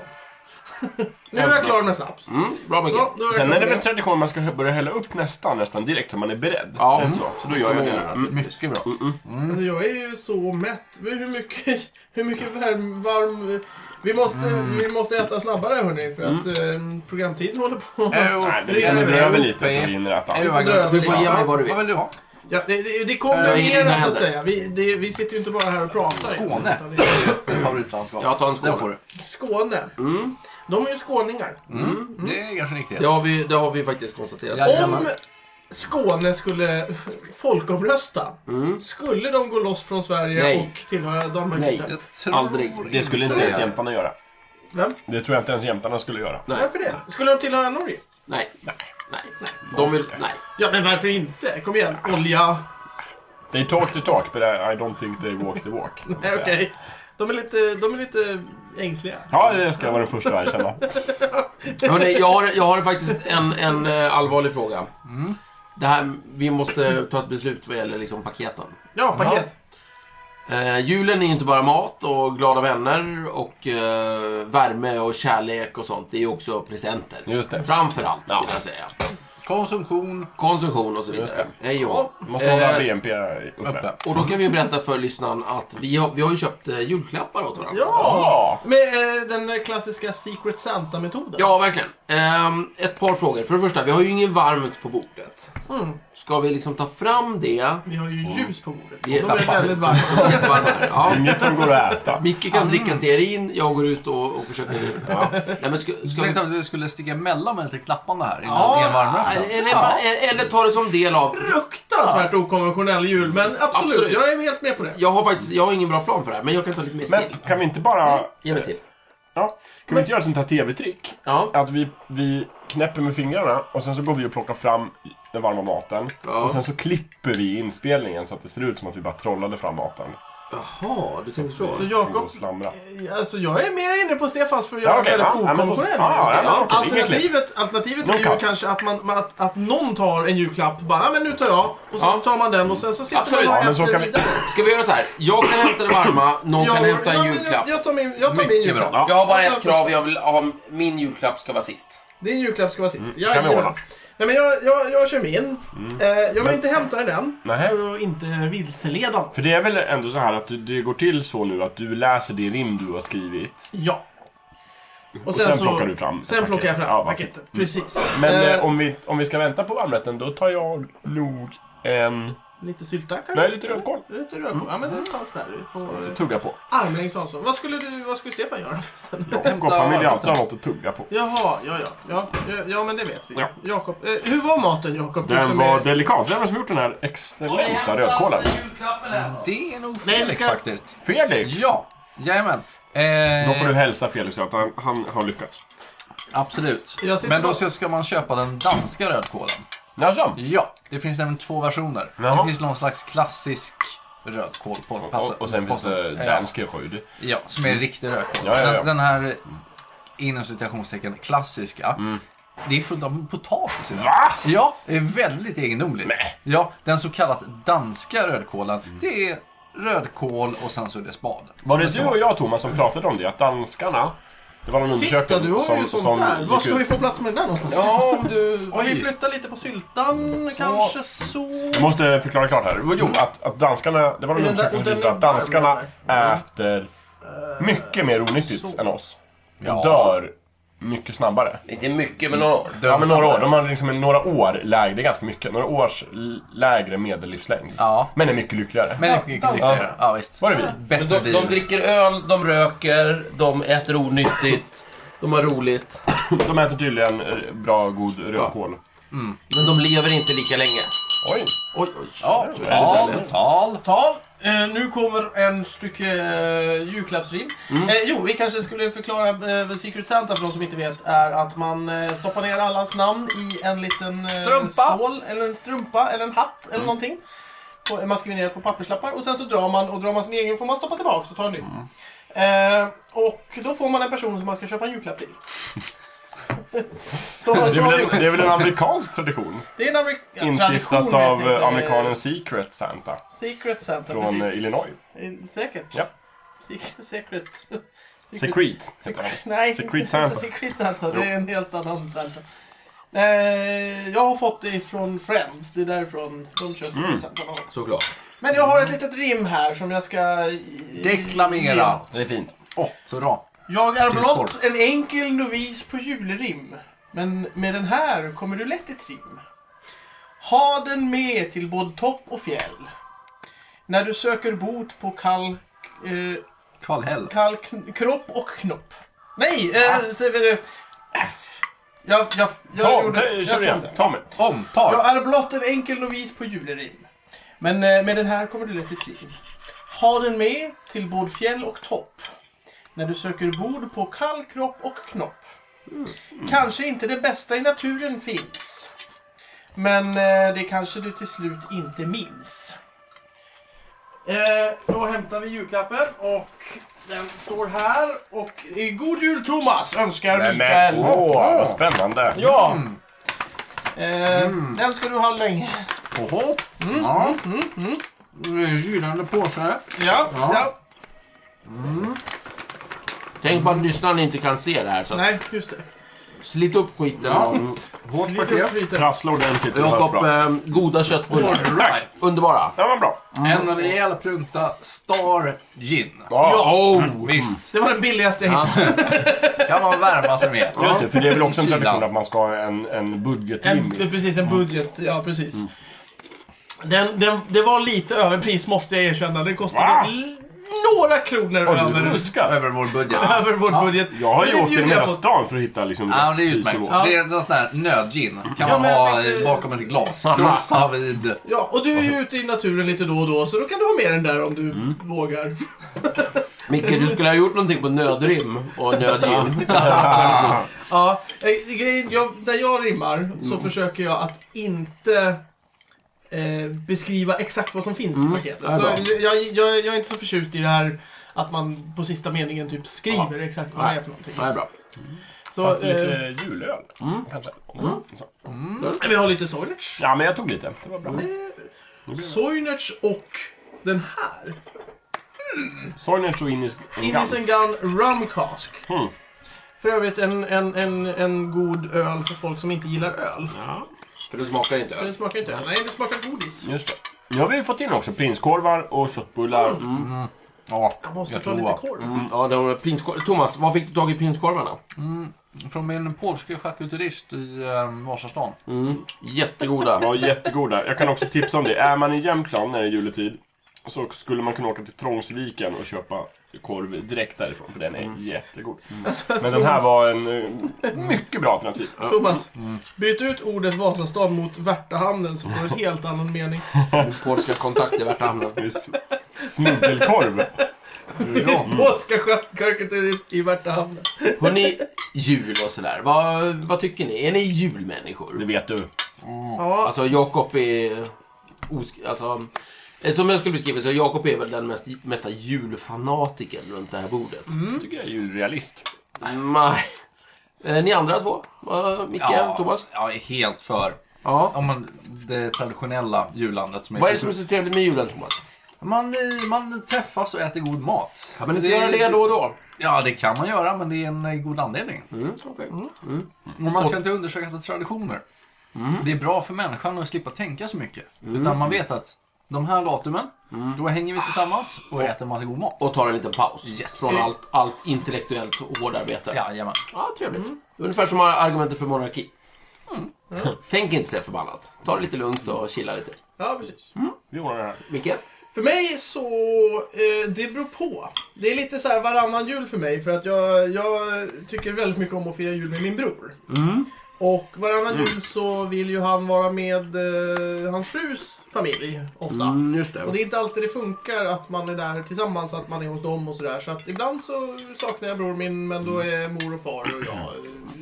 S1: nu är jag klar med snaps.
S2: Mm, bra mycket.
S1: Så, nu jag
S3: Sen
S1: klar
S3: är det
S1: med-
S3: väl tradition att man ska hö- börja hälla upp nästan, nästan direkt så man är beredd.
S2: Ja.
S3: Eller Så. så då gör jag det. Mm.
S4: Mycket bra.
S1: Alltså, jag är ju så mätt. Men Hur mycket, hur mycket varm... varm vi, måste, vi måste äta snabbare hörni för att eh, programtiden håller på.
S4: Eh,
S3: Nej,
S2: Äh,
S3: men
S4: det
S3: vi
S4: är
S3: kan
S4: väl
S3: dra över
S4: ihop,
S3: lite
S4: eh,
S3: så vi hinner äta.
S4: är
S1: Vi
S4: vi
S1: får dra över
S2: Du får
S1: lite.
S2: ge mig vad du
S4: Vad
S2: vill.
S4: vill du ha?
S1: Ja, det, det, det kommer
S2: Jag är i
S1: mer
S2: dina
S1: så att
S2: händer.
S1: säga. Vi, det, vi sitter ju inte bara här och pratar.
S4: Skåne.
S1: utan det är-
S4: Din favoritlandskap.
S2: Jag tar en skål.
S4: Den får du.
S1: Skåne.
S2: Mm.
S1: De är ju skåningar.
S3: Mm.
S4: Det är kanske riktigt.
S2: Det har vi, det har vi faktiskt konstaterat.
S4: Ja. Jajamän.
S1: Om Skåne skulle folkomrösta,
S2: Mm.
S1: skulle de gå loss från Sverige
S2: Nej.
S1: och tillhöra Danmark
S2: Nej.
S1: istället?
S4: Jag tror
S2: Aldrig.
S3: Det skulle inte
S4: det.
S3: ens jämtarna göra.
S1: Vem?
S3: Det tror jag inte ens jämtarna skulle göra.
S2: Nej.
S1: Varför det? Skulle de tillhöra Norge?
S2: Nej. Nej. Nej. De vill... Nej.
S1: Ja, men varför inte? Kom igen, olja.
S3: They talk the talk, but I I don't think they walk the walk. kan man
S1: Nej,
S3: säga.
S1: okej. De är lite, de är lite ängsliga.
S3: Ja, det ska jag vara den första att erkänna.
S2: Hörrni, jag har, jag har faktiskt en, en eh, allvarlig fråga. Det här, vi måste ta ett beslut vad gäller liksom paketen.
S1: Ja, paket.
S2: Eh, julen är inte bara mat och glada vänner och eh, värme och kärlek och sånt. Det är ju också presenter.
S3: Just det.
S2: Framför allt,
S3: Ja.
S2: skulle jag säga.
S4: Konsumtion
S2: Konsumtion och så
S3: Just
S2: vidare.
S3: det.
S2: Hej och hå.
S3: Måste hålla
S2: Eh,
S3: BNP uppe.
S4: uppe.
S2: Och då kan vi ju berätta för lyssnaren att vi har, vi har ju köpt eh, julklappar åt varandra.
S1: Ja!
S3: Ja.
S1: Med eh, den där klassiska Secret Santa-metoden.
S2: Ja, verkligen. Ehm, ett par frågor. För det första, vi har ju inget varmt på bordet.
S1: Mm.
S2: Ska vi liksom ta fram det?
S1: Vi har ju ljus på bordet. Mm.
S2: Vi är
S1: De är
S2: klappar.
S1: väldigt Mm. varma.
S2: Jättevarmt här. Ja.
S3: Inget som går att äta.
S2: Micke kan dricka stearin, jag går ut och, och försöker... Ja. Nej, men ska, ska
S4: Jag
S2: vi...
S4: tänkte att du skulle sticka emellan med lite klappande här innan
S1: Ja,
S4: det är varmare.
S2: Eller, eller ta det som del av...
S1: Fruktansvärt okonventionell jul, men absolut,
S2: Absolut.
S1: jag är helt med på det.
S2: Jag har faktiskt jag har ingen bra plan för det här, men jag kan ta lite mer sill.
S3: Men kan vi inte bara...
S2: Ge mig sill.
S3: Ja, kan vi inte göra ett sånt här tv-trick?
S2: Ja.
S3: Att vi, vi knäpper med fingrarna och sen så går vi och plockar fram den varma maten.
S2: Ja.
S3: Och sen så klipper vi inspelningen så att det ser ut som att vi bara trollade fram maten.
S2: Jaha, du tänker så.
S1: Så
S3: Den går
S1: Jakob,
S3: att slamra.
S1: alltså jag är mer inne på Stefans för jag
S3: Ja,
S1: är
S3: okej,
S1: väldigt
S3: ja. Ja, men då-
S1: okonventionell.
S3: ja, ja,
S1: Ja,
S3: ja, okej, inget
S1: Alternativet, alternativet
S3: No
S1: är ju
S3: cuts.
S1: kanske att, man, man- att, att någon tar en julklapp bara, "Ja, men nu tar jag. Och så
S2: Ja.
S1: tar man den och sen så slipper
S2: Absolut.
S1: man
S3: Ja, men så kan vi-
S2: Ska vi göra så här? Jag kan hämta det varma, någon kan hämta en
S1: jag,
S2: julklapp.
S1: Jag, jag tar min, jag tar min
S4: Mycket
S1: julklapp.
S4: bra.
S2: Jag har bara
S1: Jag tar
S2: ett krav,
S1: första.
S2: jag vill ha min julklapp ska vara sist.
S1: Din julklapp ska vara sist. Jag,
S3: kan vi ordna.
S1: Nej, men jag, jag, jag kör min. Eh, jag vill inte hämta den än.
S3: Nähä.
S1: För att inte vilseleda honom.
S3: För det är väl ändå så här att du- det går till så nu att du läser det rim du har skrivit.
S1: Ja.
S3: Och sen, plockar du fram ett
S1: Sen plockar jag
S3: paket.
S1: fram
S3: Ja, vad fint.
S1: paketet. Precis.
S3: Men
S1: Eh,
S3: eh, om, vi, om vi ska vänta på varmrätten, då tar jag nog en...
S1: Lite sylta kanske?
S3: Nej, lite rödkål.
S1: Lite rödkål. Ja, men det fanns där. På eh,
S3: Tugga på.
S1: armlängds avstånd. Vad skulle, du, vad skulle Stefan göra?
S3: Jakob, han vill ju alltid ha något att tugga på.
S1: Jaha, ja, ja. Ja, ja, ja men det vet vi.
S3: Ja.
S1: Jakob, eh, hur var maten, Jakob? Du
S3: Den
S1: som
S3: var
S1: är-
S3: delikat. Vem har som gjort den här excellenta rödkålen?
S4: Det är nog
S1: Nej,
S4: Felix
S1: ska-
S4: faktiskt.
S3: Felix!
S4: Ja, jajamän. Eh,
S3: Då får du hälsa Felix att han, han har lyckats.
S4: Absolut.
S1: Jag sitter
S4: Men då
S1: bara-
S4: ska, ska man köpa den danska rödkålen.
S3: Jaså?
S4: Ja, det finns nämligen två versioner.
S3: Jaha.
S4: Det finns någon slags klassisk rödkål på passet.
S3: Och, och sen finns det dansk skydd.
S4: Ja, som är riktig rödkål.
S3: Ja, ja, ja.
S4: Den, den här, inom citationstecken, klassiska. Det är fullt av potatis i den.
S3: Mm. Va?
S4: Ja, det är väldigt egendomligt. Ja, den så kallat danska rödkålen,
S3: Mm.
S4: det är rödkål och sen så är det spad.
S3: Var det du och jag, Thomas, som pratade om det? Att danskarna... Det var någon undersökning
S1: Titta, du har ju sånt där.
S3: gick
S1: Var ska
S3: ut-
S1: vi få plats med den där någonstans?
S2: Ja, om du...
S1: Om vi flyttar lite på syltan, kanske så.
S3: Jag måste förklara klart här. Jo, att, att danskarna... Det var någon
S1: Är den där-
S3: undersökning som
S1: den
S3: visade
S1: är
S3: att danskarna
S1: varm,
S3: äter mycket mer onyttigt än oss. De
S4: Ja.
S3: dör mycket snabbare.
S2: Inte mycket, men några år.
S3: Ja, men några år. De har liksom en- några år lägre, det är ganska mycket. Några års l- lägre medellivslängd.
S4: Ja.
S3: Men är mycket lyckligare.
S4: Men det är mycket lyckligare. Ja, visst.
S3: Var det vi?
S4: Bättre
S2: De, de
S4: deal.
S2: dricker öl, de röker, de äter onyttigt, de har roligt.
S3: De äter tydligen eh, bra, god rödkål.
S2: Men de lever inte lika länge.
S3: Oj!
S2: Oj, oj.
S4: Ja, tal, tal.
S1: Tal. Eh, nu kommer en stycke eh, julklappsrim.
S3: Mm.
S1: Eh, jo, vi kanske skulle förklara eh, vad Secret Santa för de som inte vet är att man eh, stoppar ner allas namn i en liten eh,
S4: Strumpa.
S1: skål, eller en strumpa, eller en hatt,
S3: Mm.
S1: eller någonting. Och man skriver ner på papperslappar och sen så drar man och drar man sin egen får man stoppa tillbaka och ta en ny.
S3: Mm.
S1: Eh, och då får man en person som man ska köpa en julklapp till. så,
S3: Det
S1: så
S3: är,
S1: har
S3: väl
S1: vi-
S3: en, det är väl en amerikansk tradition?
S1: det är en amerik- ja, tradition
S3: Instiftat
S1: vet jag
S3: av
S1: inte.
S3: eh, amerikanen Secret Santa
S1: Secret Santa.
S3: från
S1: precis.
S3: eh, Illinois.
S1: Eh, Säkert.
S3: Ja.
S1: Secret. Secret.
S3: Secret. heter han.
S1: Secret- Nej,
S3: Secret
S1: inte
S3: Santa.
S1: Secret Santa. Det är en helt annan Santa. Eh, jag har fått det från Friends. Det är därifrån de kör Secret
S3: Mm.
S1: Santa. någon gång.
S2: Såklart.
S1: Men jag har ett litet rim här som jag ska... i-
S4: Deklamera.
S2: Det är fint.
S4: Åh, bra.
S1: Jag är
S4: Till
S1: blott en enkel novis på julrim. Men med den här kommer du lätt i trim. Ha den med till både topp och fjäll. När du söker bot på kall... Eh,
S4: Kallhäll.
S1: Kall kn- kropp och knopp. Nej! Eh, så är det F. Jag, jag, jag
S3: Tom,
S1: gjorde-
S3: ta-
S1: jag
S3: kör
S1: tog
S3: igen.
S1: den.
S3: Tommy.
S4: Omtag.
S1: Jag är blott en enkel novis på julrim. Men eh, med den här kommer du lätt i tid. Ha den med till både fjäll och topp. När du söker bord på kall kropp och knopp. Kanske inte det bästa i naturen finns. Men eh, det kanske du till slut inte minns. Eh, då hämtar vi julklappen och den står här. Och eh, god jul Thomas önskar Mikael.
S3: Åh, vad spännande.
S1: Ja! Eh, Den ska du ha länge.
S4: Oho.
S3: Mm,
S4: Ja. Det är en Gillande påse.
S1: Ja,
S4: Ja.
S1: ja.
S2: Tänk på att lyssnaren inte kan se det här, så
S1: Nej, just det.
S2: slit upp skiten.
S4: Ja. Hårt
S1: Lite
S4: paket.
S1: uppflytande.
S3: Prassla ordentligt så det hörs
S2: Jakob,
S3: bra.
S2: eh, goda köttbullar.
S4: Right.
S2: Underbara.
S3: Den var bra.
S4: En rejäl prunta Star Gin.
S3: Ja,
S2: Oh.
S4: Visst,
S1: Det var den billigaste jag hittade.
S4: kan man värma sig med.
S3: just det. För det är väl också en
S4: Kylan.
S3: tradition att man ska ha en, en
S1: En,
S3: budgetlimit.
S1: precis, en budget. Ja, precis. Den, den, det var lite överpris måste jag erkänna. Det kostade
S3: Va?
S1: l- några kronor
S3: Oj, du
S1: över,
S3: fuskar.
S4: Över vår budget.
S1: över vår
S4: Ja.
S1: budget.
S3: Jag har ju
S1: Men det
S3: åkt genom
S1: bjuder
S3: hela
S1: jag på.
S3: stan för att hitta liksom
S4: Ja, men det är
S3: rätt
S4: utmärkt.
S3: prisnivå.
S4: Det är en sån här nödgin. Kan
S1: Ja,
S4: man
S1: men jag
S4: ha
S1: tänkte-
S4: i- bakom ett glas. Krossa vid.
S1: Ja, och du är ju ute i naturen lite då och då, så då kan du ha med den där om du vågar.
S2: Micke, du skulle ha gjort någonting på nödrim och nödgin.
S1: Ja, eh, grejen, jag, när jag rimmar så
S3: Mm.
S1: försöker jag att inte eh, beskriva exakt vad som finns
S3: Mm.
S1: i paketet. Så jag, jag, jag är inte så förtjust i det här att man på sista meningen typ skriver exakt vad det är för någonting.
S2: Ja, det är bra.
S1: Så,
S3: Fast
S1: eh,
S3: lite julöl, kanske. Så.
S1: vi har lite Soinerts.
S3: Ja, men jag tog lite. Det var bra.
S1: Soinerts och den här.
S3: Sorgnet och Innis
S1: Innis and Gun Rum Cask.
S3: Mm.
S1: För övrigt en, en, en, en god öl för folk som inte gillar öl.
S2: För det smakar inte
S1: Men det
S2: öl.
S1: smakar ju inte öl. Nej, det smakar godis.
S3: Mm. Just det. Nu har vi fått in också prinskorvar och köttbullar.
S4: Ja,
S1: Jag måste
S4: jag
S1: ta lite
S4: tror.
S1: korv.
S2: Mm, ja, det var prinskorv. Thomas, var fick du tag i prinskorvarna?
S4: Från min polske charkuterist i eh, Vasastan.
S2: Mm, jättegoda.
S3: Ja, jättegoda. Jag kan också tipsa om det. Är man i Jämtland när det är juletid så skulle man kunna åka till Trångsviken och köpa korv direkt därifrån för den är jättegod. Men den här var en eh, mycket bra alternativ.
S1: Thomas, byt ut ordet Vasastan mot Värtahamnen så får du en helt annan mening.
S2: Polska kontakter värt namnet.
S3: Visst. Snubbelkorv.
S1: Polska charkuterist i Värtahamnen.
S2: Hörrni, jul och sådär. Vad, vad tycker ni? Är ni
S3: Det
S2: julmänniskor?
S3: vet du.
S1: Ja,
S2: Alltså Jakob är... Osk- alltså, eh, som jag skulle beskriva så Jakob är väl den mest, mesta julfanatiken runt det här bordet.
S3: Jag tycker jag är julrealist.
S2: Nej. Eh, Ni andra två? Eh, Micke, Thomas?
S4: Ja, är helt för.
S2: Ja.
S4: Ja, men det traditionella jullandet som är...
S2: Vad är det som är så trevligt med julen, Thomas?
S4: man, eh, man träffas och äter god mat.
S2: Kan man inte göra det då och då?
S4: Ja, det kan man göra, men det är en eh, god anledning.
S2: Mm, okej.
S4: Och man ska inte undersöka för traditioner.
S3: Mm.
S4: Det är bra för människan att slippa tänka så mycket. Utan man vet att de här datumen,
S3: Mm.
S4: då hänger vi tillsammans och äter massa god mat.
S2: Och tar en liten paus
S4: Yes.
S2: från allt, allt intellektuellt hårdarbete.
S4: Jajamän.
S2: Ja, trevligt.
S1: Mm.
S2: Ungefär som argumentet för monarki. Mm. Tänk inte så här förbannat. Ta det lite lugnt och chilla lite.
S1: ja precis.
S3: Vi ordnar det här.
S2: Micke?
S1: För mig så, eh, det beror på. Det är lite så här varannan jul för mig för att jag, jag tycker väldigt mycket om att fira jul med min bror. Och varannan jul så vill ju han vara med eh, hans frus familj ofta.
S2: just
S1: Och Mm, det är inte alltid det funkar att man är där tillsammans, att man är hos dem och sådär. Så att ibland så saknar jag bror min, men då
S2: Mm.
S1: är mor och far och jag.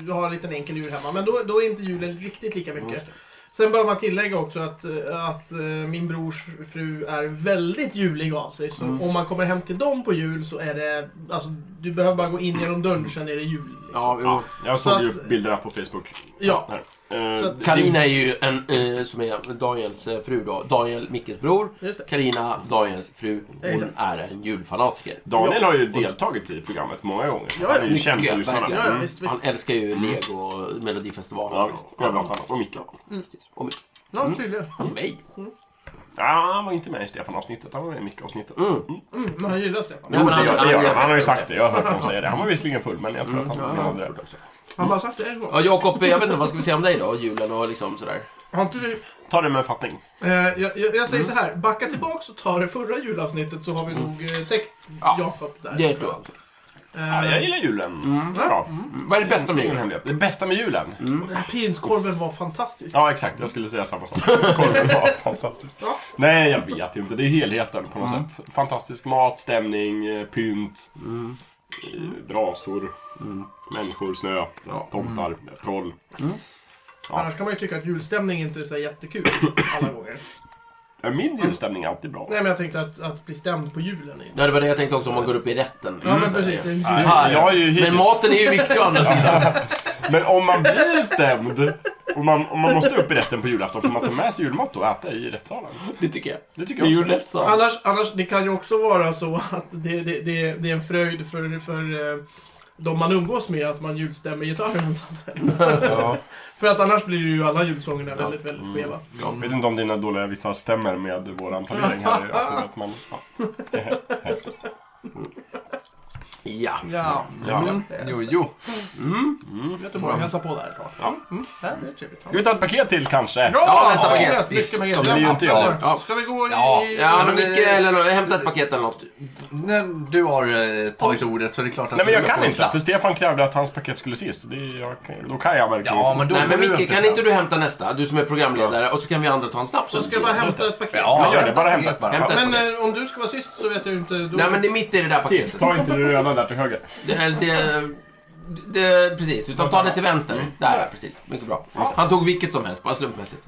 S1: Jag har en liten enkel jul hemma, men då, då är inte julen riktigt lika mycket. Sen bör man tillägga också att, eh, att eh, min brors fru är väldigt julig av sig. Så
S2: Mm.
S1: om man kommer hem till dem på jul så är det... Alltså, du behöver bara gå in genom dörren, sen är det jul. liksom.
S2: Ja, jo.
S3: Ja, jag såg
S1: Så
S3: ju
S1: att-
S3: bilderna på Facebook.
S1: Ja.
S3: Här. Eh,
S1: Så att-
S2: Karina är ju en, eh, som är Daniels eh, fru då. Daniel, Mickes bror.
S1: Just det.
S2: Karina, Daniels fru. Hon
S1: Exakt.
S2: är en julfanatiker.
S3: Daniel har ju deltagit i programmet många gånger.
S1: Ja,
S3: Han är ju
S2: mycket,
S3: känd för lyssnarna.
S2: verkligen.
S1: Ja, ja,
S3: Mm.
S1: visst, visst.
S2: Han älskar ju Lego och Melodifestivalen.
S3: Ja, visst. Jag bland annat. Och Mikael.
S1: Mm,
S2: Och Micke.
S1: Ja, tydligen. Mm.
S2: Och mig.
S3: Ja, han var inte med i Stefan-avsnittet. Han var med i Micke-avsnittet.
S2: Mm.
S1: Mm, men han gillar Stefan.
S2: Ja, men
S3: det gör, det gör. han. Han har ju
S2: det.
S3: sagt det. Jag har hört honom säga det. Han var visserligen full, men jag tror att han
S2: ja,
S3: menade det. också.
S1: Han har bara sagt det en
S2: Ja,
S1: gång.
S2: Jakob, eh, jag vet inte, vad ska vi säga om dig då? Julen och liksom sådär.
S1: Har inte du
S3: Ta det med en fattning.
S1: Eh, jag, jag, jag säger så här, backa tillbaks och ta det förra julavsnittet så har vi nog eh, täckt
S2: Ja,
S1: Jakob där.
S2: Det tror jag.
S1: Eh,
S3: Ja, jag gillar julen. Bra. Mm.
S2: Vad är det bästa med
S3: Ingen
S2: julen?
S3: hemlighet. Det bästa Mm. med julen?
S1: Den här pinskorven var fantastisk.
S3: Ja, exakt. Jag skulle säga samma sak. Korven var fantastisk.
S1: Ja.
S3: Nej, jag vet inte. Det är helheten på något
S2: Mm.
S3: sätt. Fantastisk mat, stämning, eh, pynt.
S2: Mm.
S3: eh, Brasor. Människor, snö,
S2: Ja. Mm.
S3: tomtar, troll. Ja.
S1: Annars kan man ju tycka att julstämning inte är så här jättekul alla gånger.
S3: Ja, Min julstämning är alltid bra.
S1: Mm. Nej men jag tänkte att, att bli stämd på julen är ju...
S2: Ja, det var det jag tänkte också, om man går upp i rätten.
S1: Ja men precis, det är en jul.
S2: Här.
S3: Äh, Jag är ju hittills-
S2: Men maten är ju viktig å andra sidan.
S3: Men om man blir stämd och man, om man måste upp i rätten på julafton får man ta med sig julmat och äta i rättssalen.
S2: Det tycker jag.
S3: Det tycker
S2: Det är
S3: jag också.
S2: ju rätt så.
S1: Annars, annars, det kan ju också vara så att det, det, det, det är en fröjd för, för eh, de man umgås med att man julstämmer gitarren så att säga.
S3: Ja.
S1: För att annars blir ju alla julsångerna
S2: Ja.
S1: väldigt, väldigt skeva.
S3: Jag vet inte om dina dåliga vitsar stämmer med våran planering här. Jag tror att man, ja.
S2: Ja.
S1: Ja,
S3: Ja.
S4: Jo, jo.
S1: Göteborg hälsa på där ett tag.
S3: Ja.
S1: Mm, det är trevligt.
S3: Ska vi ta ett paket till kanske?
S2: Ja, nästa paket.
S4: Visst,
S1: Mycket paket.
S3: som det är ju inte jag.
S1: Absolut.
S2: Ja.
S1: Ska vi gå i...
S4: Ja.
S2: Ja, men
S4: men
S2: Micke,
S4: det-
S2: eller nå- hämta ett paket eller något.
S4: När du har eh, tagit ordet så är det klart att
S3: Nej men
S4: du
S3: jag
S4: ska
S3: kan
S4: få en
S3: inte.
S4: klapp.
S3: För Stefan krävde att hans paket skulle sist. Och det, är- jag, kan- då kan jag verkligen
S4: Ja, men då
S2: Nej,
S4: får
S2: men
S4: du
S2: Micke,
S4: inte
S2: kan inte du
S4: klapp.
S2: hämta nästa? Du som är programledare. Och så kan vi andra ta en snaps.
S1: Så ska jag bara hämta ett paket.
S4: Ja,
S3: Men gör det. Bara
S4: hämta
S3: hämta ett
S4: ett
S3: bara.
S2: Hämta ett
S1: Men
S2: paket.
S1: eh, om du ska vara sist så vet jag ju inte. Då...
S2: Nej, men det är mitt i det där
S3: Tips,
S2: paketet.
S3: ta inte det röda där till höger.
S2: Det, eller det, det, precis, utan ta det till vänster.
S4: Mm.
S2: Där, ja, precis. Mycket bra. Han tog vilket som helst, bara slumpmässigt.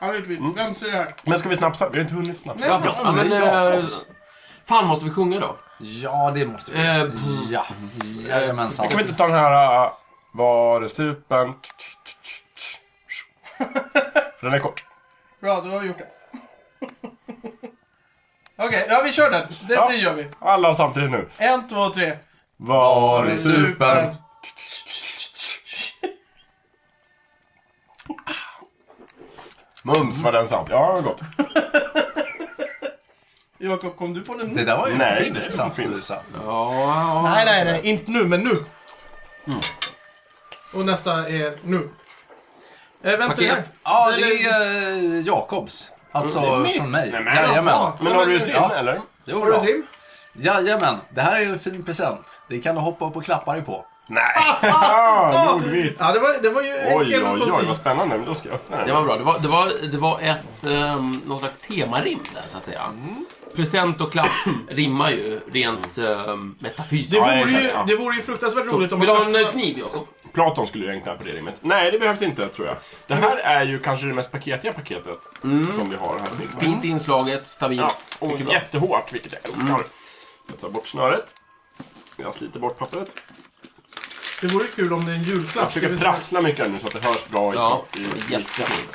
S1: Han är utvisad. Vem ser det här?
S3: Men ska vi snapsa? Vi har inte hunnit snapsa.
S2: Ja, bra. Ja, men, eh, fan, måste vi sjunga då?
S4: Ja, det måste vi.
S2: Eh,
S4: Ja, jajamensan.
S3: Kan vi inte ta den här... äh, Var det supen? För den är kort.
S1: Bra, du har gjort det. Okej, ja vi kör den. Det,
S3: Ja.
S1: det gör vi.
S3: Alla samtidigt nu.
S1: En, två, tre.
S3: Var det
S4: Super.
S3: Mums var den sant. Ja, gott.
S1: Jakob, kom du på den
S4: Det
S1: nu?
S4: där var ju en
S3: Nej,
S4: finsk
S3: det
S4: saft,
S3: finns.
S4: Lisa.
S2: Ja,
S1: Nej, nej, nej. Inte nu, men nu. Och nästa är nu. Eh, vem säger
S2: Paket.
S4: Ja,
S1: Eller-
S4: det är eh, Jakobs. Alltså
S1: Det är mitt.
S4: från mig.
S3: Mm. Nej, men-
S4: Jajamän.
S1: Ja.
S3: Men har du ett
S1: Ja.
S3: in eller?
S4: Det var
S1: Har du
S4: bra.
S1: ett rim?
S4: Jajamän. Det här är en fin present. Det kan du hoppa upp och klappa dig på.
S3: Nej! Ah, Nordvitt!
S1: Ja, det var, det var ju
S3: Oj,
S1: enkel och
S3: oj, oj, vad
S1: koncis.
S3: spännande. Men då ska jag öppna den.
S2: Det var bra. Det var, det var, det var ett, um, någon slags temarim där, så att säga.
S1: Mm.
S2: Present och klapp rimmar ju rent ehm, metafysiskt.
S1: Det
S3: Ja,
S1: vore,
S3: exakt,
S1: ju,
S3: ja.
S1: det vore ju fruktansvärt roligt om
S2: Vill du ha
S1: man Mm.
S2: en eh, kniv, Jakob?
S3: Platon skulle ju räkna på det rimmet. Nej, det behövs inte tror jag. Det här är ju kanske det mest paketiga paketet som vi har här.
S2: Mm. Fint inslaget, stabilt.
S3: Ja, och
S2: Mycket bra. Mm.
S3: jättehårt, vilket jag älskar. Jag tar bort snöret. Jag sliter bort pappret.
S1: Det vore kul om det är en julklapp.
S3: Jag försöker
S1: Det vill säga-
S3: prassla mycket här nu så att det hörs bra i,
S2: Ja,
S3: i, i
S2: jättefint.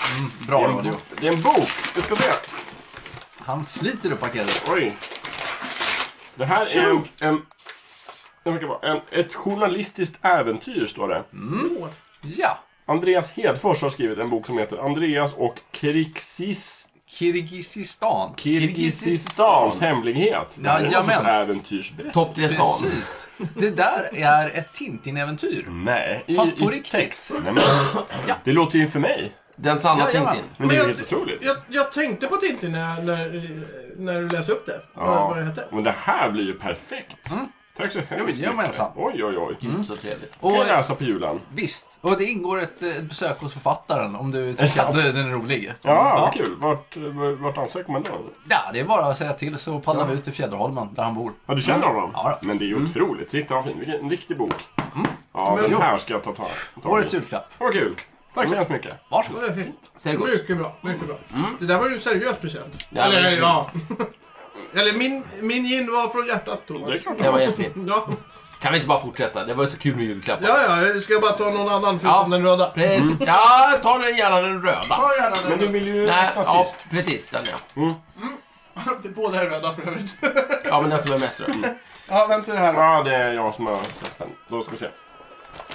S4: Bra
S3: det, är en,
S4: radio.
S3: bok- det är en bok! Du ska se!
S4: Han sliter upp paketet.
S3: Oj! Det här är en... en det verkar vara en, ett journalistiskt äventyr, står det.
S2: Mm.
S4: Ja.
S3: Andreas Hedfors har skrivit en bok som heter Andreas och Krigsis...
S4: Kirgizistan.
S3: Kirgizistans hemlighet. Det här är någon
S4: Jajamän.
S3: sorts äventyrsberättelse.
S2: Topp tre stan.
S4: Precis. Det där är ett Tintin-äventyr.
S3: Nej, i,
S4: Fast på
S3: Mm. i
S4: riktigt.
S3: text. Nej, men, Det låter ju för mig.
S2: Den sanna
S4: Jajamän.
S2: Tintin.
S3: Men det är ju
S1: jag-
S3: helt otroligt.
S1: Jag, jag tänkte på Tintin när, när, när du läste upp det. Vad, vad det hette.
S3: Men det här blir ju perfekt. Tack så hemskt mycket.
S4: Jajamensan.
S3: Oj, oj, oj. Mm.
S2: Så trevligt.
S3: Kan jag
S4: Och
S3: läsa på julen?
S4: visst, och det ingår ett eh, besök hos författaren om du
S3: det
S4: tycker
S3: sant?
S4: att eh, den är rolig.
S3: Ja, vad kul. Vart, vart ansöker man då?
S4: Ja, det är bara att säga till så paddlar vi ut till Fjäderholmen där han bor.
S3: Mm. Ja, du känner honom?
S4: Ja, då.
S3: Men det är ju otroligt. Titta vad fin. Vilken en riktig bok. Ja, den
S4: jo.
S3: här ska jag ta tag ta
S4: Årets
S3: i.
S4: julklapp.
S3: Vad kul. Tack så hemskt mycket.
S1: Det
S4: Varsågod.
S1: var fint.
S2: Säg gott.
S1: Mycket bra. Mycket bra.
S3: Mm.
S1: Det där var ju en seriös present.
S2: Ja,
S1: Eller,
S2: verkligen.
S1: ja. Eller min, min gin var från hjärtat, Thomas.
S3: Det är klart.
S2: Det var jättefint.
S1: Ja,
S2: Kan vi inte bara fortsätta? Det var ju så kul med julklappar.
S1: ja, ja. Ska jag bara ta någon annan förutom
S2: Ja.
S1: den röda?
S2: Precis. Ja, ta den gärna den röda.
S1: Ta gärna den
S3: Men du vill ju
S2: Nej,
S3: ta
S2: ja,
S3: sist.
S2: precis. Den ja.
S1: röda. Det är Båda är röda för övrigt.
S2: Ja, men den som är mest röd. Mm.
S1: Ja, vem säger det här då?
S3: Ja, det är jag som har släppt den. Då ska vi se.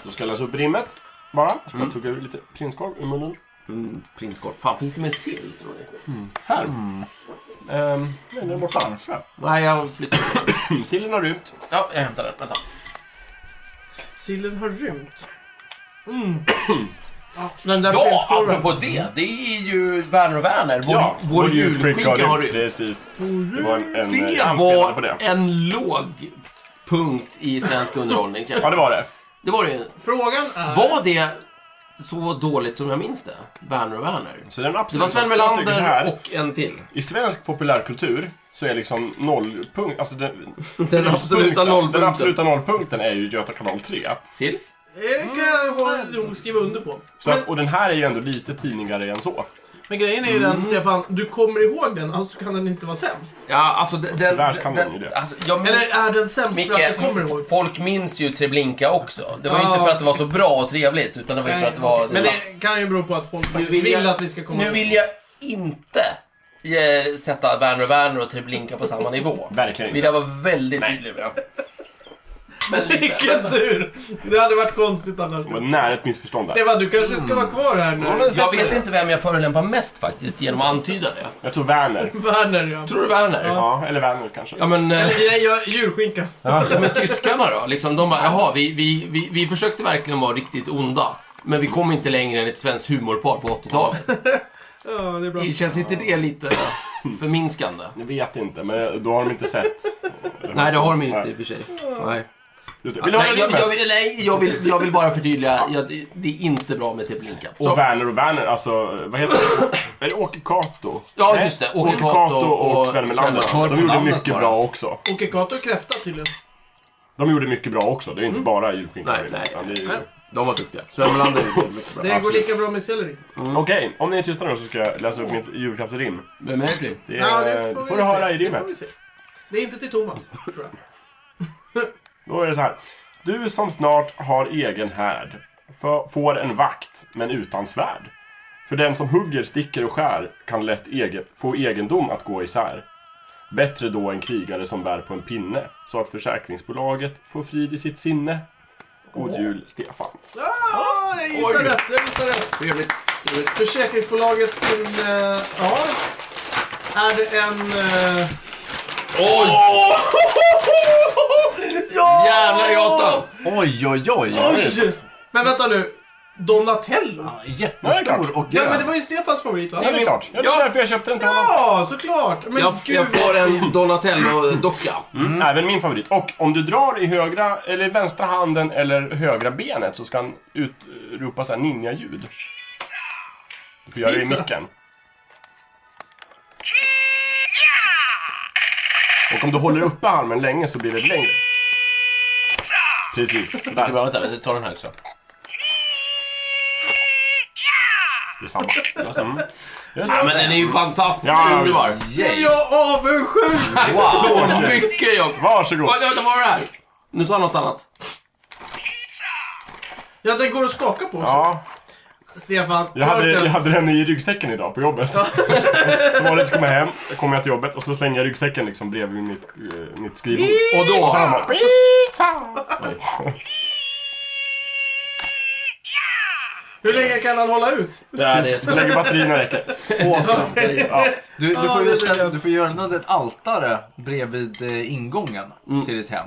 S3: Då ska jag läsa upp rimmet. Bara. Ska jag tugga ur lite prinskorv ur munnen.
S2: Mm, prinskorv. Fan, finns det med sill? tror ni?
S3: Här. Mm. Ehm, nej, den är borta.
S4: Kanske.
S2: Nej, jag flyttar.
S3: Sillen har rymt.
S2: Ja, jag hämtar den. Vänta.
S1: Sillen har rymt. Mm. Ja, den där Mm.
S2: Ja,
S1: prinskorven.
S2: apropå det. Det är ju Werner och Werner. Vår,
S3: Ja,
S2: vår, julskinka har rymt.
S3: Precis. Det var en, en
S2: Det
S3: eh, anspelare på
S2: var
S3: det.
S2: en låg punkt i svensk underhållning. känner
S3: Ja,
S2: jag.
S3: det var det.
S2: Det var det.
S1: Frågan är...
S2: Var det så dåligt som jag minns det? Werner och Werner.
S3: Så den
S2: Det
S3: absolut,
S2: var Sven
S3: jag tycker så
S2: Melander
S3: här.
S2: och en till.
S3: I svensk populärkultur så är liksom nollpunkt, alltså den,
S2: Den absoluta
S3: Den
S2: nollpunkten.
S3: absoluta nollpunkten är ju Göta kanal 3.
S2: Till?
S1: Det kan jag
S2: Mm.
S1: ha- nog skriva under på.
S3: Så
S1: Men,
S3: att, och den här är ju ändå lite tidningare än så.
S1: men grejen är ju
S2: Mm.
S1: den, Stefan, du kommer ihåg den, alltså kan den inte vara sämst.
S2: Ja, alltså den... den,
S3: Värst kan
S2: den
S3: man ju det.
S2: Alltså, jag men,
S1: Eller är den sämst för att
S2: Micke,
S1: du kommer ihåg?
S2: folk minns ju Treblinka också. Det var ju
S1: Ja.
S2: inte för att det var så bra och trevligt, utan det var ju för att det var...
S1: Okej, Men det kan ju bero på att folk faktiskt
S2: vill
S1: vill,
S2: jag-
S1: att vi ska komma
S2: Nu vill jag inte eh, sätta Werner och Werner och Treblinka på samma nivå.
S3: Verkligen
S2: Vill
S3: inte.
S2: jag vara väldigt tydlig med. Men lite.
S1: Vilken tur! Det hade varit konstigt annars.
S3: Det var nära ett missförstånd där.
S1: Stefan, du kanske ska vara kvar här nu.
S2: Jag vet inte vem jag förolämpar mest faktiskt, genom att antyda det.
S3: Jag tror Werner.
S1: Werner, ja.
S2: Tror du Werner? Ja,
S3: Ja, eller Werner kanske.
S2: men... Eh,
S1: Nej, jag, djurskinka.
S2: Ja, men tyskarna då? Liksom, de bara, jaha, vi, vi, vi, vi försökte verkligen vara riktigt onda. Men vi kom inte längre än ett svenskt humorpar på 80-talet.
S1: Ja, det är bra.
S2: Det Känns inte det lite förminskande?
S3: Jag vet inte, men då har de inte sett.
S2: Nej, det har de ju inte i och för sig. Nej.
S3: Just det. Vill du ha
S2: Nej, jag,
S3: rimmet?
S2: jag, vill- nej, jag, vill, jag vill bara förtydliga, jag, det- det är inte bra med Teblinka. Så-
S3: Och Werner och Werner, alltså vad heter det? Är det Åke Cato?
S2: Ja,
S3: Nej,
S2: just det. Åke Cato
S3: och,
S2: och
S3: Sven
S2: Sven
S3: Melander. De gjorde
S4: Melander
S3: mycket
S4: bara.
S3: bra också.
S1: Åke Cato och kräfta tydligen.
S3: De gjorde mycket bra också. Det är ju inte bara julskinkan.
S2: Mm. Nej,
S3: och
S2: nej,
S3: rim, utan det är ju-
S1: nej.
S2: De var duktiga. Sven Melander gjorde mycket bra.
S1: Det går lika bra med selleri.
S3: Okej, om ni är tysta nu så ska jag läsa upp mitt julklappsrim.
S2: Vem är det? till?
S3: Det, är,
S1: Ja,
S3: Eh, det får, du
S1: vi se.
S3: höra i
S1: Det får
S3: rimmet.
S1: vi se. Det är inte till Thomas, tror jag.
S3: Då är det så här. Du som snart har egen härd f- får en vakt, men utan svärd. För den som hugger, sticker och skär kan lätt eget, få egendom att gå isär. Bättre då en krigare som bär på en pinne, så att försäkringsbolaget får frid i sitt sinne. God jul, Stefan.
S1: Ah, jag gissar
S2: Oj.
S1: rätt, jag gissar rätt.
S2: Trevligt. Trevligt.
S1: Försäkringsbolaget skulle... Ja. Är det en... eh, ja!
S2: Jävlar i gatan!
S4: Oj, oj, oj.
S1: Oj! Men vänta nu. Donatello?
S4: Ja, Jättestor och
S1: Ja,
S4: grön.
S1: men det var ju Stefans favorit va?
S3: Ja, det är klart. Ja, det
S2: Ja.
S3: är därför jag köpte den till honom.
S1: Ja, såklart! Men
S2: Jag,
S1: gud.
S2: jag får en Donatello-docka.
S3: Mm. Även min favorit. Och om du drar i högra, eller vänstra handen eller högra benet så ska han utropa så här ninja-ljud. Du får göra det i micken. Och om du håller uppe armen länge så blir det längre. Precis.
S2: Du
S3: Där.
S2: bara, vänta, ta den här också.
S3: Det är samma. Mm. Just
S2: Ja,
S3: det.
S2: men den är ju fantastisk.
S3: Ja,
S2: Underbar.
S1: Blev jag avundsjuk?
S2: Wow.
S3: kul.
S2: Mycket jobb.
S3: Varsågod.
S2: Vänta, vänta, vad var det här? Nu sa han något annat.
S1: Ja, den går att skaka på också.
S3: Ja,
S1: Stefan,
S3: jag hade, jag
S1: Turtles.
S3: hade den i ryggsäcken idag på jobbet. Så var det att komma hem, så kom jag till jobbet och så slänger jag ryggsäcken liksom bredvid mitt, eh, mitt skrivbord.
S2: Och då...
S3: Samma.
S1: Hur länge kan han hålla ut?
S2: Ja, det är
S3: Så
S2: så.
S3: länge batterierna räcker. Alltså,
S4: Awesome.
S3: Ja.
S4: Du, du,
S1: Ja,
S4: får
S1: det är
S4: ju ställa,
S1: det.
S4: du får göra den ett altare bredvid eh, ingången
S3: Mm.
S4: till ditt hem.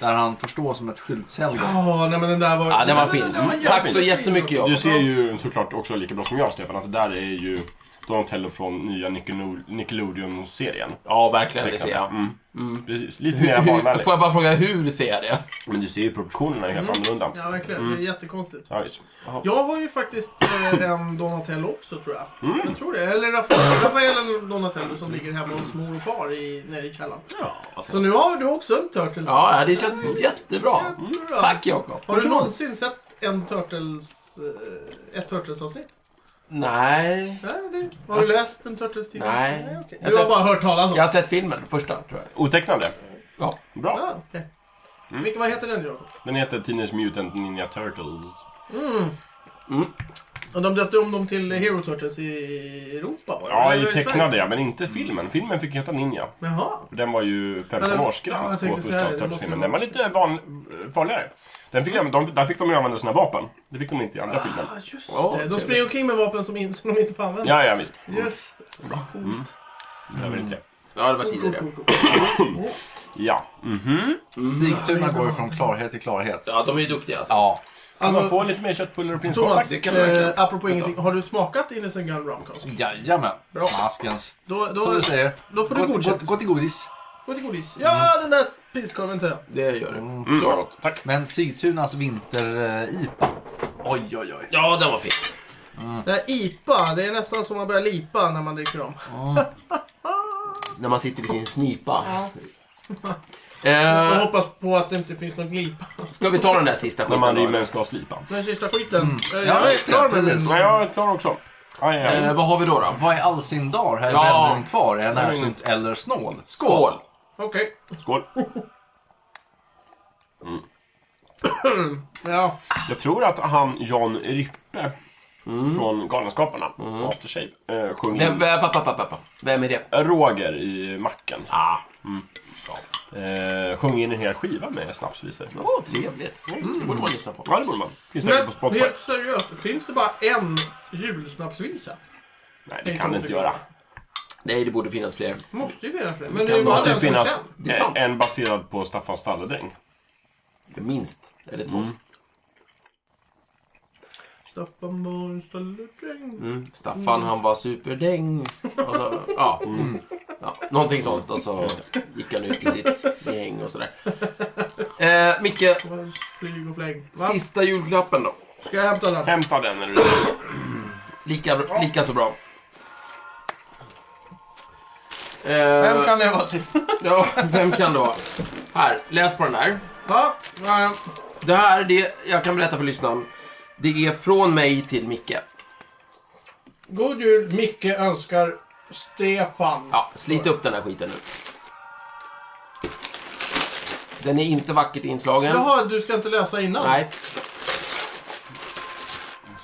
S4: Där han får stå som ett skylthelgon.
S1: Ja, nej men den där var...
S2: Ja, den var fin.
S1: den var
S2: Tack så
S1: jättefin.
S2: jättemycket jobb.
S3: Du ser ju såklart också lika bra som jag Stefan att det där är ju Donatello från nya Nickelno- Nickelodeon-serien.
S2: Ja, verkligen. Det ser jag.
S3: Mm. Precis, lite mer
S2: Hur,
S3: barnvänlig.
S2: får jag bara fråga, hur ser jag det?
S3: Men du ser ju proportionerna är helt annorlunda.
S1: Mm. Ja, verkligen.
S2: Mm.
S1: Det är jättekonstigt.
S3: Ja, just.
S1: Jag har ju faktiskt eh, en Donatello också tror jag.
S2: Mm.
S1: Jag tror det. Eller Rafael, Rafael Donatello som ligger hemma hos mor och far i, nere i källaren. Så nu har du också en Turtles.
S2: Ja, det känns jättebra.
S1: Jättebra.
S2: Tack, Jakob.
S1: Har du någonsin sett en Turtles, eh, ett Turtles-avsnitt?
S2: Nej.
S1: Nej, det, har du läst en Turtles-tidning?
S2: Nej.
S1: okej.
S2: Jag
S1: Du har
S2: ser-
S1: bara hört talas om
S2: Jag har sett filmen, första, tror jag.
S3: Otecknade.
S2: Ja.
S3: Bra.
S1: Ja, okej.
S2: Mm.
S1: Vilken, vad heter den Jakob?
S3: Den heter Teenage Mutant Ninja Turtles.
S1: Och de döpte om dem till Hero Turtles i Europa va?
S3: Ja,
S1: Eller
S3: i
S1: Sverige?
S3: tecknade ja, men inte filmen. Filmen fick heta Ninja.
S1: Jaha.
S3: För Den var ju
S1: Ja,
S3: 15
S1: den-
S3: års
S1: ja, jag
S3: gräns på
S1: tänkte säga det.
S3: första
S1: Det måste
S3: Turtles-filmen.
S1: vara-
S3: Den var lite van, farligare. Den fick, de, där fick de ju använda sina vapen. Det fick de inte i andra filmen.
S1: Ah, just
S2: Ja,
S1: det. De
S2: trevligt.
S1: springer omkring med vapen som, in, som de inte får använda.
S3: Ja, ja visst.
S1: Just det. Bra. Coolt.
S3: Behöver inte det.
S2: Ja, det var
S1: Cool, cool,
S2: tidigare.
S1: cool, cool.
S3: Ja.
S4: Sigtuna går ju från klarhet till klarhet.
S2: Ja, de är ju duktiga. Alltså.
S4: Ja.
S3: Alltså, man
S1: Alltså,
S3: får lite mer köttbullar och
S1: Thomas,
S3: prinskorv.
S2: det kan man verkligen.
S1: eh, apropå ingenting. Har du smakat Innocent Gun Romcast?
S4: Jajamän. Smaskens.
S1: Då,
S4: Mm. Som
S1: då,
S4: du säger.
S1: då får du
S4: Gå, gå,
S1: godkänt.
S4: gå till godis.
S1: Gå till godis. Ja, den där prinskorven tar jag.
S2: Det gör det.
S3: Mm, vad
S2: Så.
S3: gott. Tack.
S4: Men Sigtunas vinter-IPA. Oj, oj, oj.
S2: Ja, den var fin.
S1: Det här IPA, det är nästan som man börjar lipa när man dricker dem.
S2: När man sitter i sin snipa.
S1: Ja. Jag
S2: Eh,
S1: hoppas på att det inte finns någon glipa.
S2: ska vi ta den där sista
S3: När
S2: skiten
S3: man
S2: då,
S3: rymmer
S2: eller?
S3: ska slipa.
S1: Den sista skiten. Eh,
S4: Ja,
S1: Jag är
S4: just det.
S1: klar med den.
S4: Precis.
S3: Nej, jag är klar också. Aj, aj,
S2: eh, Vad har vi då? då?
S4: Vad i all sin dar? Här är
S2: Ja.
S4: brännvin kvar. Är den närsynt eller snål? Skål!
S2: Skål!
S1: Okej.
S3: Skål.
S1: Ja.
S3: Jag tror att han John Rippe från Galenskaparna, After Shave, eh, sjöng
S2: Nej, vä- pappa, pappa, pappa. Vem är det?
S3: Roger i Macken. Mm.
S2: Ah,
S3: Eh, sjöng in en hel skiva med snapsvisor.
S2: åh, trevligt. Det borde man lyssna på.
S3: Ja, det borde man. Finns säkert på
S1: Men
S3: Spotify.
S1: helt seriöst, finns det bara en julsnapsvinsa?
S3: Nej, det kan det inte göra.
S2: Nej, det borde finnas fler.
S1: Måste ju finnas fler. Men det
S2: kan
S1: är ju bara
S3: måste ju
S1: den som
S3: finnas
S1: känns.
S2: Det är sant.
S3: en baserad på Staffan Stalledräng.
S2: Minst. Eller två. Mm.
S1: Staffan var en stalledräng.
S2: Mm. Staffan, han var superdäng. Och så, ja. ja. Någonting sånt. Och så gick han ut i sitt gäng och sådär. Eh, Micke,
S1: var en Flyg och fläng. Va?
S2: sista julklappen då.
S1: Ska jag hämta den?
S3: Hämta den när du
S2: Lika, lika så bra. Eh,
S1: Vem kan det vara till?
S2: Ja, vem kan då? Här, läs på den här.
S1: Va? Ja, ja.
S2: Det här, det, jag kan berätta för lyssnaren. Det är från mig till Micke.
S1: God jul, Micke önskar Stefan.
S2: Ja, slit upp den här skiten nu. Den är inte vackert inslagen.
S1: Jaha, du ska inte läsa innan?
S2: Nej,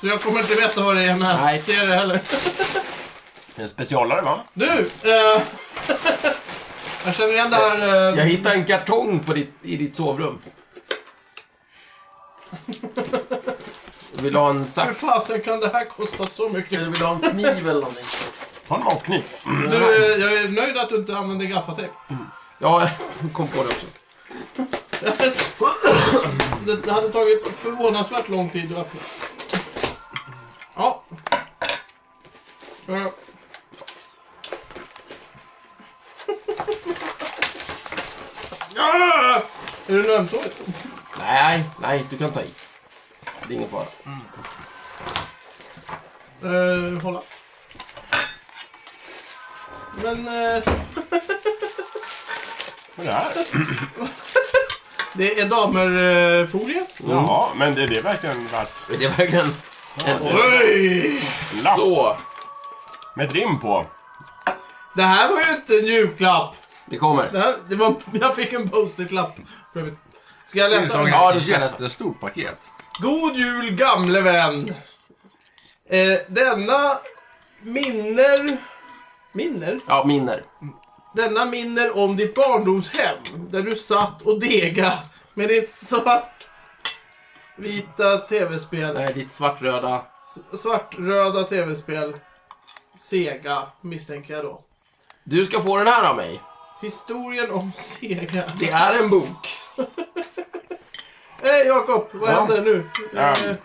S1: Så jag kommer inte veta vad det är när
S2: Nej.
S1: jag ser det heller.
S3: En specialare va?
S1: Du! Eh, jag känner igen det här... Eh,
S2: jag hittade en kartong på ditt, i ditt sovrum. Jag vill ha en
S1: hur
S2: sax.
S1: fasen kan det här kosta så mycket?
S2: Jag vill ha en kniv eller någonting.
S3: Ta en Mm, matkniv.
S1: Du, eh, jag är nöjd att du inte använder gaffatejp.
S2: Ja, jag kom på det också.
S1: Det, det hade tagit förvånansvärt lång tid att öppna. Ja. Eh,
S3: Ah!
S1: Är det ömtåligt?
S2: Nej, nej, du kan ta i. Det är ingen fara.
S1: Eh, hålla. Men eh,
S3: Vad är det här?
S1: det är eh, damerfolie.
S3: Jaha, men är det verkligen värt
S2: Det är verkligen en
S1: Oj!
S3: en lapp
S2: så.
S3: med ett rim på?
S1: Det här var ju inte en julklapp.
S2: Det
S1: Det
S2: kommer.
S1: här, det var, jag fick en post-it-lapp. för övrigt. Ska jag läsa? den?
S2: Ja,
S4: Ja,
S2: du
S4: det
S2: ska
S4: är
S2: läsa.
S4: ett jättestort paket.
S1: God jul gamle vän. Eh, denna minner... Minner?
S2: Ja, minner.
S1: Denna minner om ditt barndomshem. Där du satt och dega med ditt svart... Vita tv-spel.
S2: Nej, ditt svartröda.
S1: S- Svartröda tv-spel. Sega, misstänker jag då.
S2: Du ska få den här av mig.
S1: Historien om Sega.
S2: Det är en bok.
S1: Hej Eh, Jakob, vad
S3: Ja.
S1: händer nu?
S3: Ja.
S1: Eh,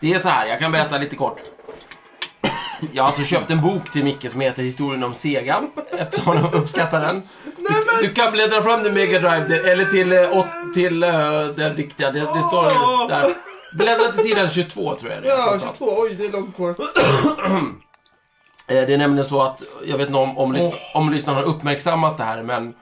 S2: Det är så här, jag kan berätta lite kort. Jag har alltså köpt en bok till Micke som heter Historien om Sega, eftersom han uppskattar den. Du, du kan bläddra fram till Mega Drive, det- eller till, eh, åt, till eh, den riktiga, det, det står
S1: Åh!
S2: där. Bläddra till sidan 22 tror jag det är.
S1: Ja,
S2: någonstans.
S1: 22. Oj, det är långt kvar.
S2: Eh, Det är nämligen så att, jag vet inte om, om,
S1: Mm.
S2: lyssn- om lyssnarna har uppmärksammat det här, men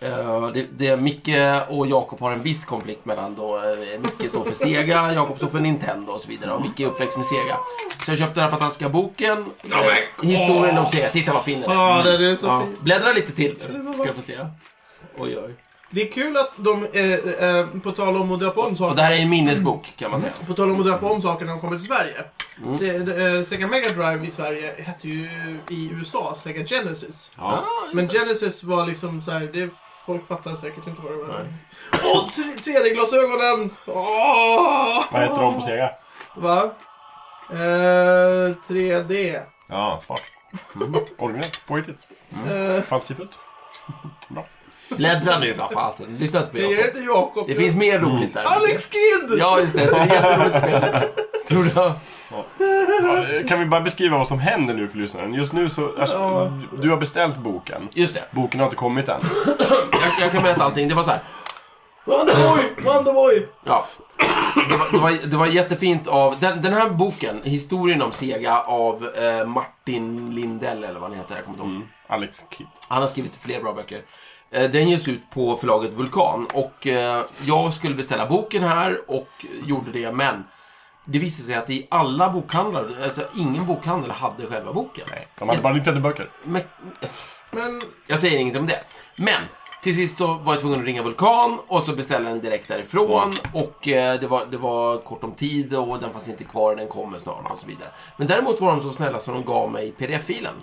S2: eh, det, det är Micke och Jakob har en viss konflikt mellan då. eh, Micke står för Sega, Jakob står för Nintendo och så vidare. Och Micke är uppväxt med Sega. Så jag köpte den här fantastiska boken. eh, historien om Sega. Titta vad fin den är. Mm.
S1: Ja, det är så
S2: Ja,
S1: fint.
S2: bläddra lite till nu, ska du få se. Oj, oj.
S1: Det är kul att de, eh, eh, på tal om att döpa om
S2: Och
S1: saker,
S2: det här är en minnesbok kan man säga.
S1: på tal om att döpa om saker när de kommer till Sverige.
S2: Mm.
S1: Se, eh, Sega Mega Drive i Sverige hette ju i USA Sega Genesis.
S2: Ja,
S1: Men Genesis var liksom så här, det folk fattar säkert inte vad det var. Åh, 3D-glasögonen! Åh!
S3: Vad heter de på Sega?
S1: Va? Eh, 3D.
S3: Ja, smart. Mm. Originellt, påhittigt,
S1: Eh,
S3: fantasifullt.
S2: bläddra nu vad fasen. Lyssna inte på
S1: jag
S2: Jakob.
S1: heter Jakob.
S2: Det finns mer roligt där.
S1: Alex Kidd!
S2: Ja, just det. Det är ett jätteroligt spel. Tror du?
S3: Ja, eh, Kan vi bara beskriva vad som händer nu för lyssnaren? Just nu så, alltså,
S1: Ja.
S3: du- du har beställt boken.
S2: Just det.
S3: Boken har inte kommit än.
S2: Jag, jag kan berätta allting. Det var så här.
S1: Wonderboy! Wonderboy!
S2: Ja. Det var, det var, det var jättefint av... Den, den här boken, Historien om Sega, av eh, Martin Lindell, eller vad han heter. Jag kommer inte
S3: Mm.
S2: ihåg.
S3: Alex Kidd.
S2: Han har skrivit fler bra böcker. Eh, Den ges ut på förlaget Vulkan och eh, jag skulle beställa boken här och gjorde det men det visade sig att i alla bokhandlar, alltså ingen bokhandel hade själva boken.
S3: De hade bara Nintendo-böcker.
S2: Men,
S1: Men
S2: jag säger inget om det. Men till sist då var jag tvungen att ringa Vulkan och så beställde jag den direkt därifrån. Och eh, det var, det var kort om tid och den fanns inte kvar, den kommer snart och så vidare. Men däremot var de så snälla så de gav mig pdf-filen.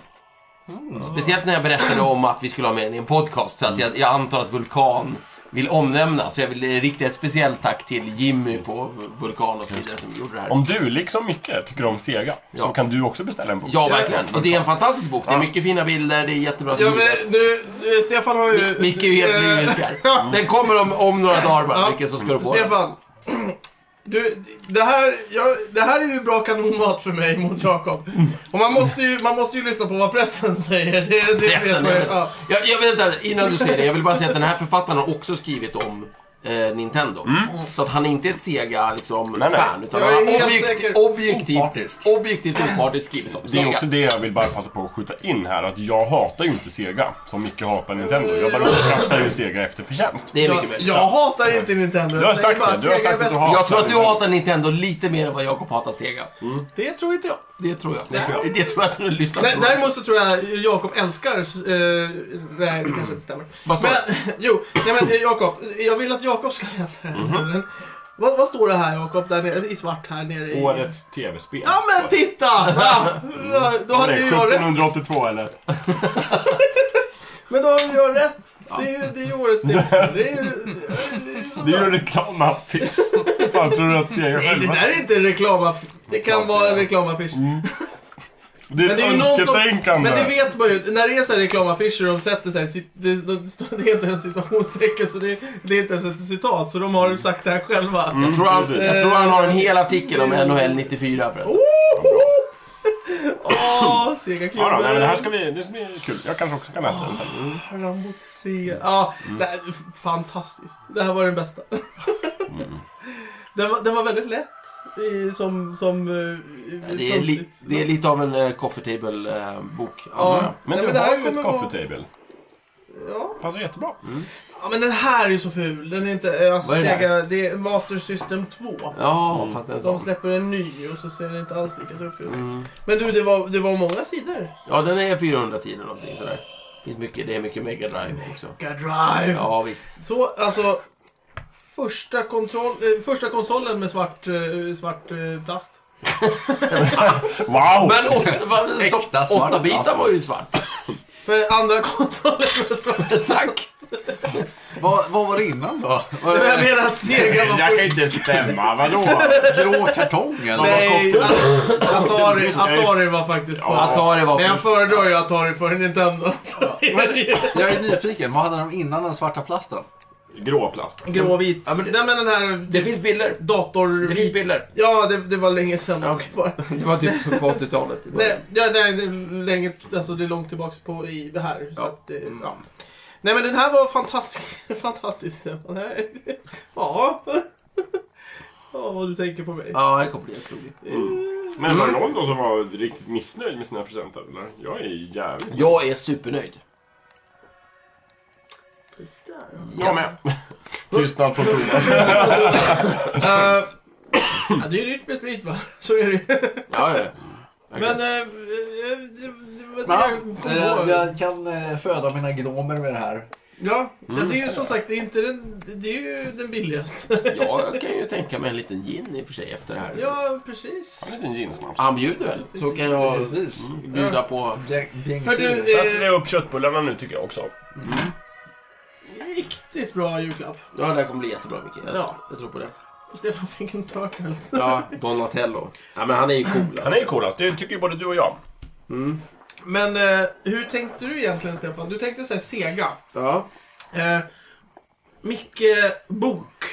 S3: Hmm.
S2: Speciellt när jag berättade om att vi skulle ha med den i en podcast. Så att jag, jag antar att Vulkan vill omnämnas. Så jag vill eh, rikta ett speciellt tack till Jimmy på Vulkan och så vidare som gjorde det här.
S3: Om du, liksom Micke, tycker om Sega
S2: Ja.
S3: så kan du också beställa en bok.
S2: Ja, verkligen. Och det är en fantastisk bok. Det är
S3: Ja.
S2: mycket fina bilder, det är jättebra
S1: Ja
S2: skrivet.
S1: men nu, nu, Stefan har ju...
S2: Mi- Micke är ju helt
S1: Eh,
S2: lyrisk här. Den kommer om, om några dagar bara,
S1: Ja.
S2: Micke, så ska du få den.
S1: Stefan. Du, det här, jag, det här är ju bra kanonmat för mig mot Jakob. Och man måste ju, man måste ju lyssna på vad pressen säger. Det, det vet
S2: Pressen,
S1: man ju.
S2: jag vet.
S1: Ja.
S2: Jag, jag vet inte, innan du säger det, jag vill bara säga att den här författaren har också skrivit om eh, Nintendo. Så att han är inte ett Sega liksom,
S3: Mm. Nej, nej.
S2: fan, utan
S1: Jag
S2: han har
S1: är helt
S2: objekt,
S1: säker.
S2: objektivt,
S4: Opartisk.
S2: objektivt opartiskt skrivit om
S3: Det är
S2: Sega.
S3: också det jag vill bara passa på att skjuta in här. Att jag hatar ju inte Sega, som Micke hatar Nintendo. Jag bara uppskattar ju Sega efter förtjänst.
S2: Det är mycket
S1: Jag,
S2: möjligt.
S1: jag hatar inte Nintendo.
S3: Du har
S1: Jag säger
S3: sagt
S1: bara
S3: det. Du har
S1: Sega
S3: sagt att du
S1: vet-
S3: hatar
S2: Jag tror att du
S3: Nintendo.
S2: hatar Nintendo lite mer än vad Jakob hatar Sega.
S3: Mm.
S1: Det tror inte jag.
S2: Det tror jag. Det tror jag, det tror jag att du lyssnar
S1: Nej,
S2: på.
S1: däremot så tror jag Jakob älskar... Eh, nej, det kanske inte stämmer.
S2: Vad står
S1: Men,
S2: det?
S1: jo, nej men eh, Jakob. Jag vill att Jakob ska läsa den
S2: Mhm.
S1: här. vad, vad står det här Jakob, där nere, i svart här nere i...
S3: Årets tv-spel.
S1: Ja men titta! Ja, ja, då
S3: Vad är
S1: hade
S3: det,
S1: ju jag rätt.
S3: 1782 eller?
S1: Men då har ju jag rätt. Det är ju, det är ju årets tv-spel. Det, är ju-
S3: Det är ju en reklamaffisch. Fan, tror du att Sega
S1: Nej, det
S3: själva...
S1: där är inte en reklamaffisch. Det kan
S3: Klart det Mm,
S1: vara en
S3: är.
S1: reklamaffisch.
S3: Det är,
S1: Men det är ju
S3: ett
S1: någon som-
S3: önsketänkande.
S1: Men det vet man ju, när det är så här reklamaffischer och de sätter sig, sit- det, de- det är inte ens situationstecken så det, det är inte ens ett citat. Så de har sagt det här själva.
S2: Jag tror, han,
S3: Mm, precis.
S2: jag tror han har en hel artikel
S1: Eh,
S2: om NHL 94 förresten.
S1: Åh, sega
S3: Mm. Ja, då, nej, men det
S1: klubben!
S3: här ska bli, det ska bli kul. Jag kanske också kan läsa den sen.
S1: Rambo 3. Ja,
S3: Mm.
S1: det här, fantastiskt. Det här var den bästa.
S3: Mm.
S1: den, var, den var väldigt lätt. eh, Som, som... eh,
S2: Det är, li,
S1: post-it.
S2: det är lite av en eh, uh, coffee table-bok.
S1: Ja. Nej,
S3: Men du
S1: men det här
S3: har ju
S1: kommer
S3: ett
S1: vara-
S3: coffee table.
S1: Ja.
S3: Passar jättebra.
S1: ja, men den här är ju så ful. Den är inte... eh, Alltså,
S2: Vad är det här?
S1: Sega, det är Master System 2.
S2: Ja, fattar en
S1: De
S2: sån.
S1: släpper en ny och så ser den inte alls lika tuff ut.
S2: Mm.
S1: Men du, det var, det var många sidor.
S2: Ja, den är 400 sidor någonting sådär. Finns mycket, det är mycket Mega Drive också.
S1: Mega Drive!
S2: Ja, visst.
S1: Så, alltså... Första, kontroll, eh, första konsolen med svart, eh, svart eh, plast.
S3: Wow!
S2: Men åtta, vad-
S4: Äkta
S2: stopp,
S4: svart
S2: åtta bitar
S4: plast.
S2: var ju svart.
S1: För andra konsolen med svart...
S2: Tack!
S4: Vad, vad var det innan då? Var
S1: Men jag
S4: det
S1: menar att Sega var
S3: jag kan
S1: först.
S3: inte stämma, vadå?
S4: grå kartong eller?
S1: Nej, Atari, Atari var faktiskt
S3: Ja,
S1: före.
S2: Atari var
S1: Men jag
S2: för...
S1: föredrar ju Atari före Nintendo. Så det är-
S4: Jag är nyfiken, vad hade de innan den svarta plasten?
S3: Grå plast.
S1: Gråvit.
S2: Ja, men det-
S1: Nej men den här
S2: Det finns bilder. Det finns
S1: datorvit.
S2: bilder.
S1: Ja, det, det var länge sedan
S2: Ja.
S1: dock bara.
S2: Det var typ på 80-talet. Det var-
S1: Nej, ja, nej, det är länge, alltså det är långt tillbaks på i det här. Så
S2: Ja.
S1: att det, ja. Nej men den här var fantastisk. fantastisk. Den här- Ja. Ja, vad du tänker på mig.
S2: Ja, jag kommer bli otrolig.
S3: Men var det någon då som var riktigt missnöjd med sina presenter? Eller? Jag är jävligt...
S2: Jag är supernöjd.
S3: Jag med. Tystnad från Thomas.
S1: Eh, ja, det är ju dyrt med sprit va? Så är det ju.
S2: Ja, ja.
S1: Men... eh, eh, det- det var det jag
S4: Ja,
S1: kom
S4: eh,
S1: på.
S4: jag kan eh, föda mina gnomer med det här.
S1: Ja, ja, det är
S2: Mm.
S1: ju som sagt, det är, inte den, det är ju den billigaste.
S2: Jag kan ju tänka mig en liten gin i och för sig efter det här.
S1: Ja, precis.
S3: En liten ginsnaps.
S2: Han bjuder väl, så kan jag
S4: Precis.
S2: bjuda på...
S4: Gäng-
S1: Hör du,
S4: gängsyra.
S3: Sätter
S1: eh,
S3: jag upp köttbullarna nu tycker jag också.
S1: riktigt bra julklapp.
S2: Ja, det här kommer bli jättebra, Micke. Jag,
S1: Ja.
S2: jag tror på det.
S1: Stefan fick en turtles.
S2: Ja, Donatello. Ja, men han är ju cool. Alltså.
S3: Han är ju coolast, det tycker ju både du och jag.
S1: Men eh, hur tänkte du egentligen Stefan? Du tänkte säga Sega.
S2: Ja.
S1: Eh, Micke Bok.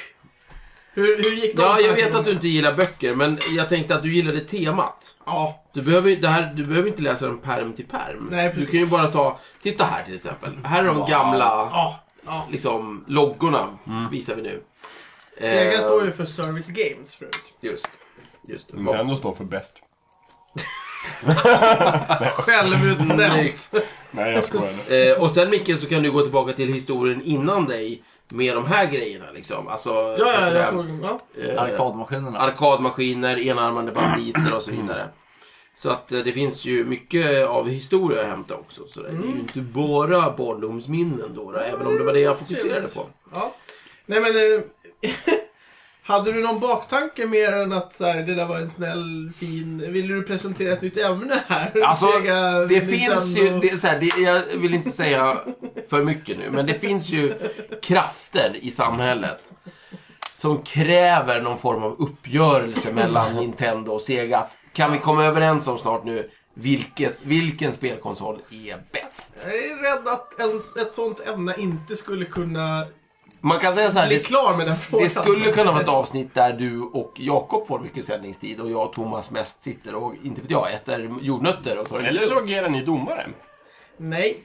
S1: Hur, hur gick de
S2: ja, jag vet
S1: tankarna?
S2: att du inte gillar böcker, men jag tänkte att du gillade temat.
S1: Ja,
S2: Du behöver, ju- det här, du behöver inte läsa den perm till perm.
S1: Nej,
S2: du
S1: precis.
S2: kan ju bara ta... Titta här till exempel. Här är de gamla
S1: ja, ja.
S2: liksom, loggorna, visar vi nu.
S1: Sega
S2: Eh,
S1: står ju för Service Games förut.
S2: Just, just det.
S3: Nintendo står för bäst.
S1: Självutnämnt.
S2: Snyggt.
S3: Nej, jag skojar.
S2: Eh, och sen Micke så kan du gå tillbaka till historien innan dig med de här grejerna. Liksom. Alltså,
S1: Ja, ja,
S2: det
S1: jag
S2: här,
S1: såg ja.
S2: eh,
S4: Arkadmaskinerna.
S2: arkadmaskiner, enarmade banditer och så vidare. Så att eh, det finns ju mycket av historia att hämta också. Så det är ju inte bara barndomsminnen då, då även om det var det jag fokuserade på.
S1: ja. Nej men... Eh, hade du någon baktanke mer än att så här, det där var en snäll, fin... Ville du presentera ett nytt ämne här?
S2: Alltså,
S1: Sega,
S2: Det
S1: Nintendo.
S2: finns ju, det är så här, det, jag vill inte säga för mycket nu, men det finns ju krafter i samhället som kräver någon form av uppgörelse mellan Nintendo och Sega. Att, Kan vi komma överens om snart nu vilket, vilken spelkonsol är bäst?
S1: Jag är rädd att en, ett sånt ämne inte skulle kunna
S2: Man kan säga så här,
S1: bli
S2: det,
S1: klar med den frågan.
S2: det skulle kunna vara ett avsnitt där du och Jakob får mycket sändningstid och jag och Thomas mest sitter och, inte vet jag, äter jordnötter och tar en
S3: Eller så
S2: lugn.
S3: agerar ni domare.
S1: Nej.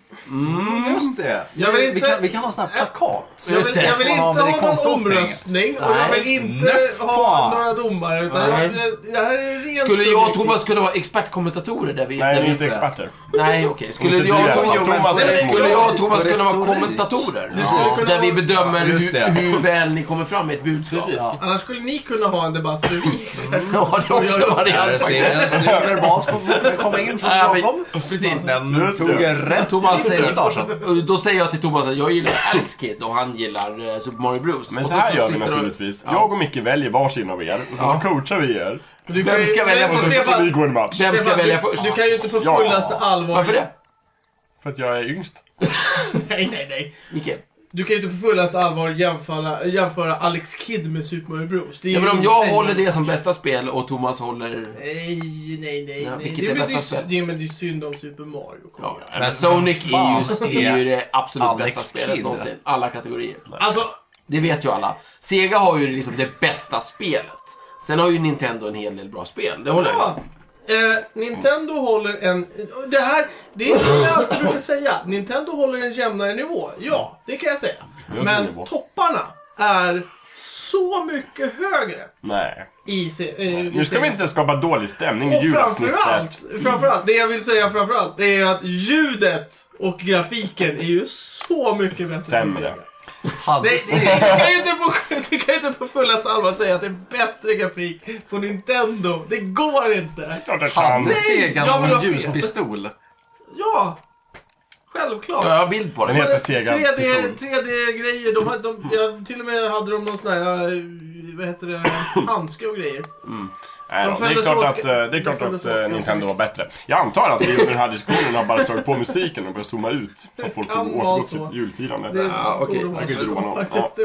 S4: Just det.
S1: Jag vill
S4: Vi,
S1: inte-
S4: kan, vi kan ha sån här plakat.
S1: Jag vill,
S2: Just det.
S1: jag vill inte
S4: Ja, men det är
S1: ha någon
S4: konståkning.
S1: omröstning och jag
S2: Nej.
S1: vill inte
S4: Nöff,
S1: ha
S4: fan.
S1: några domare. Utan jag,
S2: Nej.
S1: det här är ren
S2: Skulle jag och
S1: subjektiv-
S2: Thomas kunna vara expertkommentatorer där vi...
S3: Nej, ni
S2: där vi
S3: är inte experter.
S2: Nej, okej. Skulle
S3: Inte
S2: jag
S3: du
S2: och
S3: i alla
S2: Thomas,
S3: fall. Thomas
S1: Nej, men det är
S3: är
S1: klart.
S2: skulle jag och Thomas
S4: Och
S2: kunna vara
S4: retorik.
S2: kommentatorer?
S1: skulle kunna
S2: Där vi
S1: vara-
S2: bedömer
S4: Just det.
S2: hur, hur väl ni kommer fram med ett budskap.
S4: Ja.
S1: Annars skulle ni kunna ha en debatt för vi
S2: Ja, det är också en
S4: Här
S2: variant.
S4: ser jag en snygg bas som kommer komma in från
S2: Ja, men-
S4: bakom.
S2: Precis.
S4: Den tog en rätt
S2: Thomas
S4: Erik Larsson.
S2: säger, då säger jag till Thomas att jag gillar Alex Kid och han gillar eh, Super Mario Bros.
S3: Men
S2: Och
S3: så här gör vi
S2: sitter de-
S3: naturligtvis.
S2: Ja.
S3: Jag och Micke väljer varsin av er och sen så coachar vi er.
S1: Du
S2: Vem
S1: kan ju-
S2: ska välja
S1: Nej,
S3: Och
S2: först?
S3: sen så får vi gå en match.
S2: Vem ska
S1: Stefan,
S2: välja
S1: du-
S2: först?
S1: Du kan ju inte på
S3: Ja.
S1: fullaste allvar...
S2: Varför det?
S3: För att jag är yngst.
S1: Nej, nej, nej.
S2: Micke?
S1: Du kan ju inte på fullaste allvar jämföra, jämföra Alex Kidd med Super Mario Bros. Det är
S2: Ja, men
S1: ju
S2: om jag
S1: inte-
S2: håller det som bästa spel och Thomas håller...
S1: Nej, nej, nej.
S2: Ja,
S1: nej.
S2: vilket
S1: Det,
S2: är
S1: är men det,
S2: bästa
S1: är,
S2: spel?
S1: det, är- men det är synd om Super Mario. kom
S2: Ja,
S1: igen.
S2: men
S4: Men
S2: Sonic
S4: fan.
S2: är ju, det är ju det absolut
S4: Alex
S2: bästa spelet
S4: Kidd.
S2: någonsin. Alla kategorier.
S1: Alltså,
S2: Det vet ju alla. Sega har ju liksom det bästa spelet. Sen har ju Nintendo en hel del bra spel, det håller jag med
S1: ja. Eh, Nintendo håller en... Det här, det är som jag alltid brukar säga. Nintendo håller en jämnare nivå. Ja, det kan jag säga.
S3: högre
S1: Men
S3: nivå.
S1: topparna är så mycket högre
S3: Nej.
S1: i... se- eh, i
S3: Nu ska vi
S1: serien.
S3: inte skapa dålig stämning i
S1: Och
S3: julavsnittet.
S1: framförallt, framförallt, det jag vill säga framförallt, det är ju att ljudet och grafiken är ju så mycket bättre.
S3: Sämre.
S1: Sega.
S4: Hade
S1: Nej,
S4: Sega-
S1: det kan ju inte på, det kan ju inte på fullaste allvar säga att det är bättre grafik på Nintendo. Det går inte.
S3: Klart det är sant.
S4: Hade Sega
S1: jag vill ha
S4: någon
S1: fel.
S4: ljuspistol?
S1: Ja, självklart.
S2: Ja, jag har bild på
S3: Den
S2: det.
S3: heter Sega
S1: 3D,
S3: Pistol.
S1: 3D-grejer, de, hade- de, ja, till och med hade de någon sån här, eh, vad heter det, handske och grejer. De
S3: Nej, då, det är
S1: följdes
S3: klart
S1: åt-
S3: att, eh, det
S1: de
S3: är klart
S1: följdes
S3: att
S1: åt
S3: eh,
S1: ganska
S3: Nintendo var bättre. Jag antar att vi under den här diskussionen har bara slagit på musiken och börjat zooma ut. Så att folk
S1: kan
S3: får
S1: vara
S3: återgå
S1: så.
S3: sitt julfirande.
S1: Det
S2: Ja, okej.
S1: borde vara
S3: Jag kan inte
S1: så
S3: roa någon.
S1: faktiskt.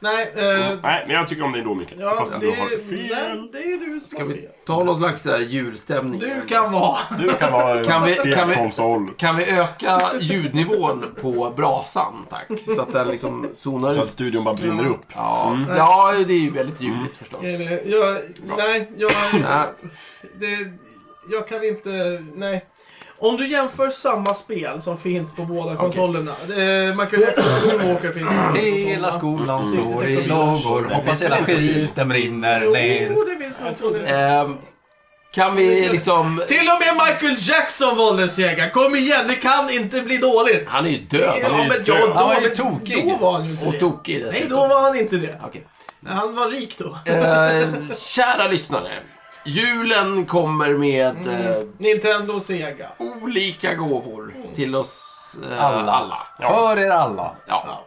S1: Nej, eh,
S3: Nej, men jag tycker om dig då Mikael.
S1: ja,
S3: Fast
S1: det,
S3: du har
S1: nej,
S3: fel.
S1: det är du som
S2: Kan
S1: har
S2: vi
S1: fel.
S2: ta någon slags där julstämning?
S1: Du kan vara.
S3: Du kan vara
S2: Kan vi-
S3: fel
S2: kan vi-
S3: konsol.
S2: Kan vi öka ljudnivån på brasan, tack? Så att den liksom zonar
S3: Så att
S2: ut. Mm.
S3: studion bara brinner upp.
S2: Ja, ja det är ju väldigt ljudligt förstås.
S1: Eller, Jag, nej, jag...
S2: Ja,
S1: det, jag kan inte, nej. Om du jämför samma spel som finns på båda konsolerna. Eh, Michael Jacksons Wind Walker finns på båda
S4: Hela
S1: konsolerna.
S4: skolan
S2: Mm.
S4: står i
S1: Sex-
S4: lågor, hoppas hela skiten brinner ner.
S1: Jo, det finns nog på det.
S2: ehm, kan vi liksom...
S1: Till och med Michael Jackson valde Sega. Kom igen, det kan inte bli dåligt.
S2: Han är ju död. Han är
S1: ja,
S2: ju
S1: men ja,
S2: död.
S1: då,
S4: Han var ju
S1: men
S4: tokig.
S1: Då var han ju inte
S2: Och
S1: det.
S2: tokig
S1: Nej,
S2: dessutom.
S1: då var han inte det.
S2: Okej.
S1: Han var rik då.
S2: Eh, kära lyssnare. Julen kommer med eh,
S1: Nintendo Sega.
S2: olika gåvor till oss eh, alla.
S4: Alla. För er alla.
S2: Ja,
S1: Ja.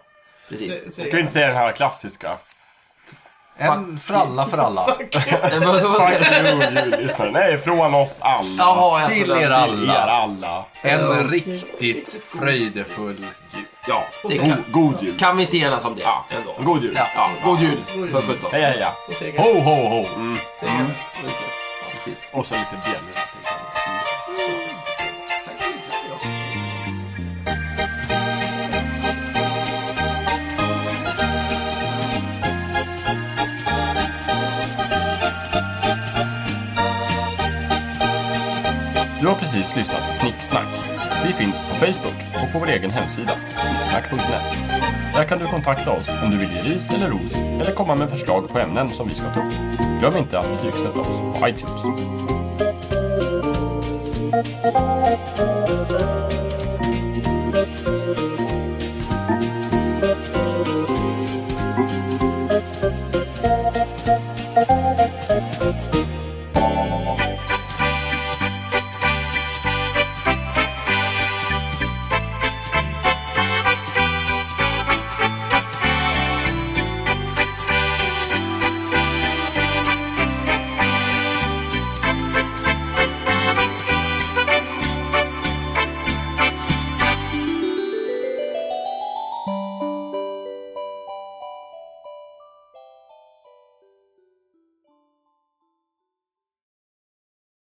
S2: precis.
S1: Se-
S3: Ska vi
S1: Sega.
S3: inte säga den här klassiska?
S4: En för alla, för alla.
S2: Eh, vad- vad säger du?
S3: Fuck you, jullyssnare. Nej, från oss alla.
S2: Jaha, jag
S4: Alltså, Till
S2: såg
S4: er
S2: den.
S3: Till er
S4: alla.
S3: alla.
S4: En riktigt fröjdefull jul.
S3: Ja,
S2: Det kan,
S3: god, god jul.
S2: kan vi inte enas om det? Ja, ändå.
S3: God jul.
S2: Ja, ja, god jul
S1: God
S2: för
S1: jul.
S2: sjutton.
S3: Hej, hej, ja.
S1: Sega.
S4: Ho, ho, ho!
S1: Sega.
S3: Och så lite bjällror. Du har precis lyssnat på Snicksnack. Vi finns på Facebook och på vår egen hemsida, snicksnack.net. Där kan du kontakta oss om du vill ge ris eller ros eller komma med förslag på ämnen som vi ska ta upp. Glöm inte att betygsätta oss på iTunes.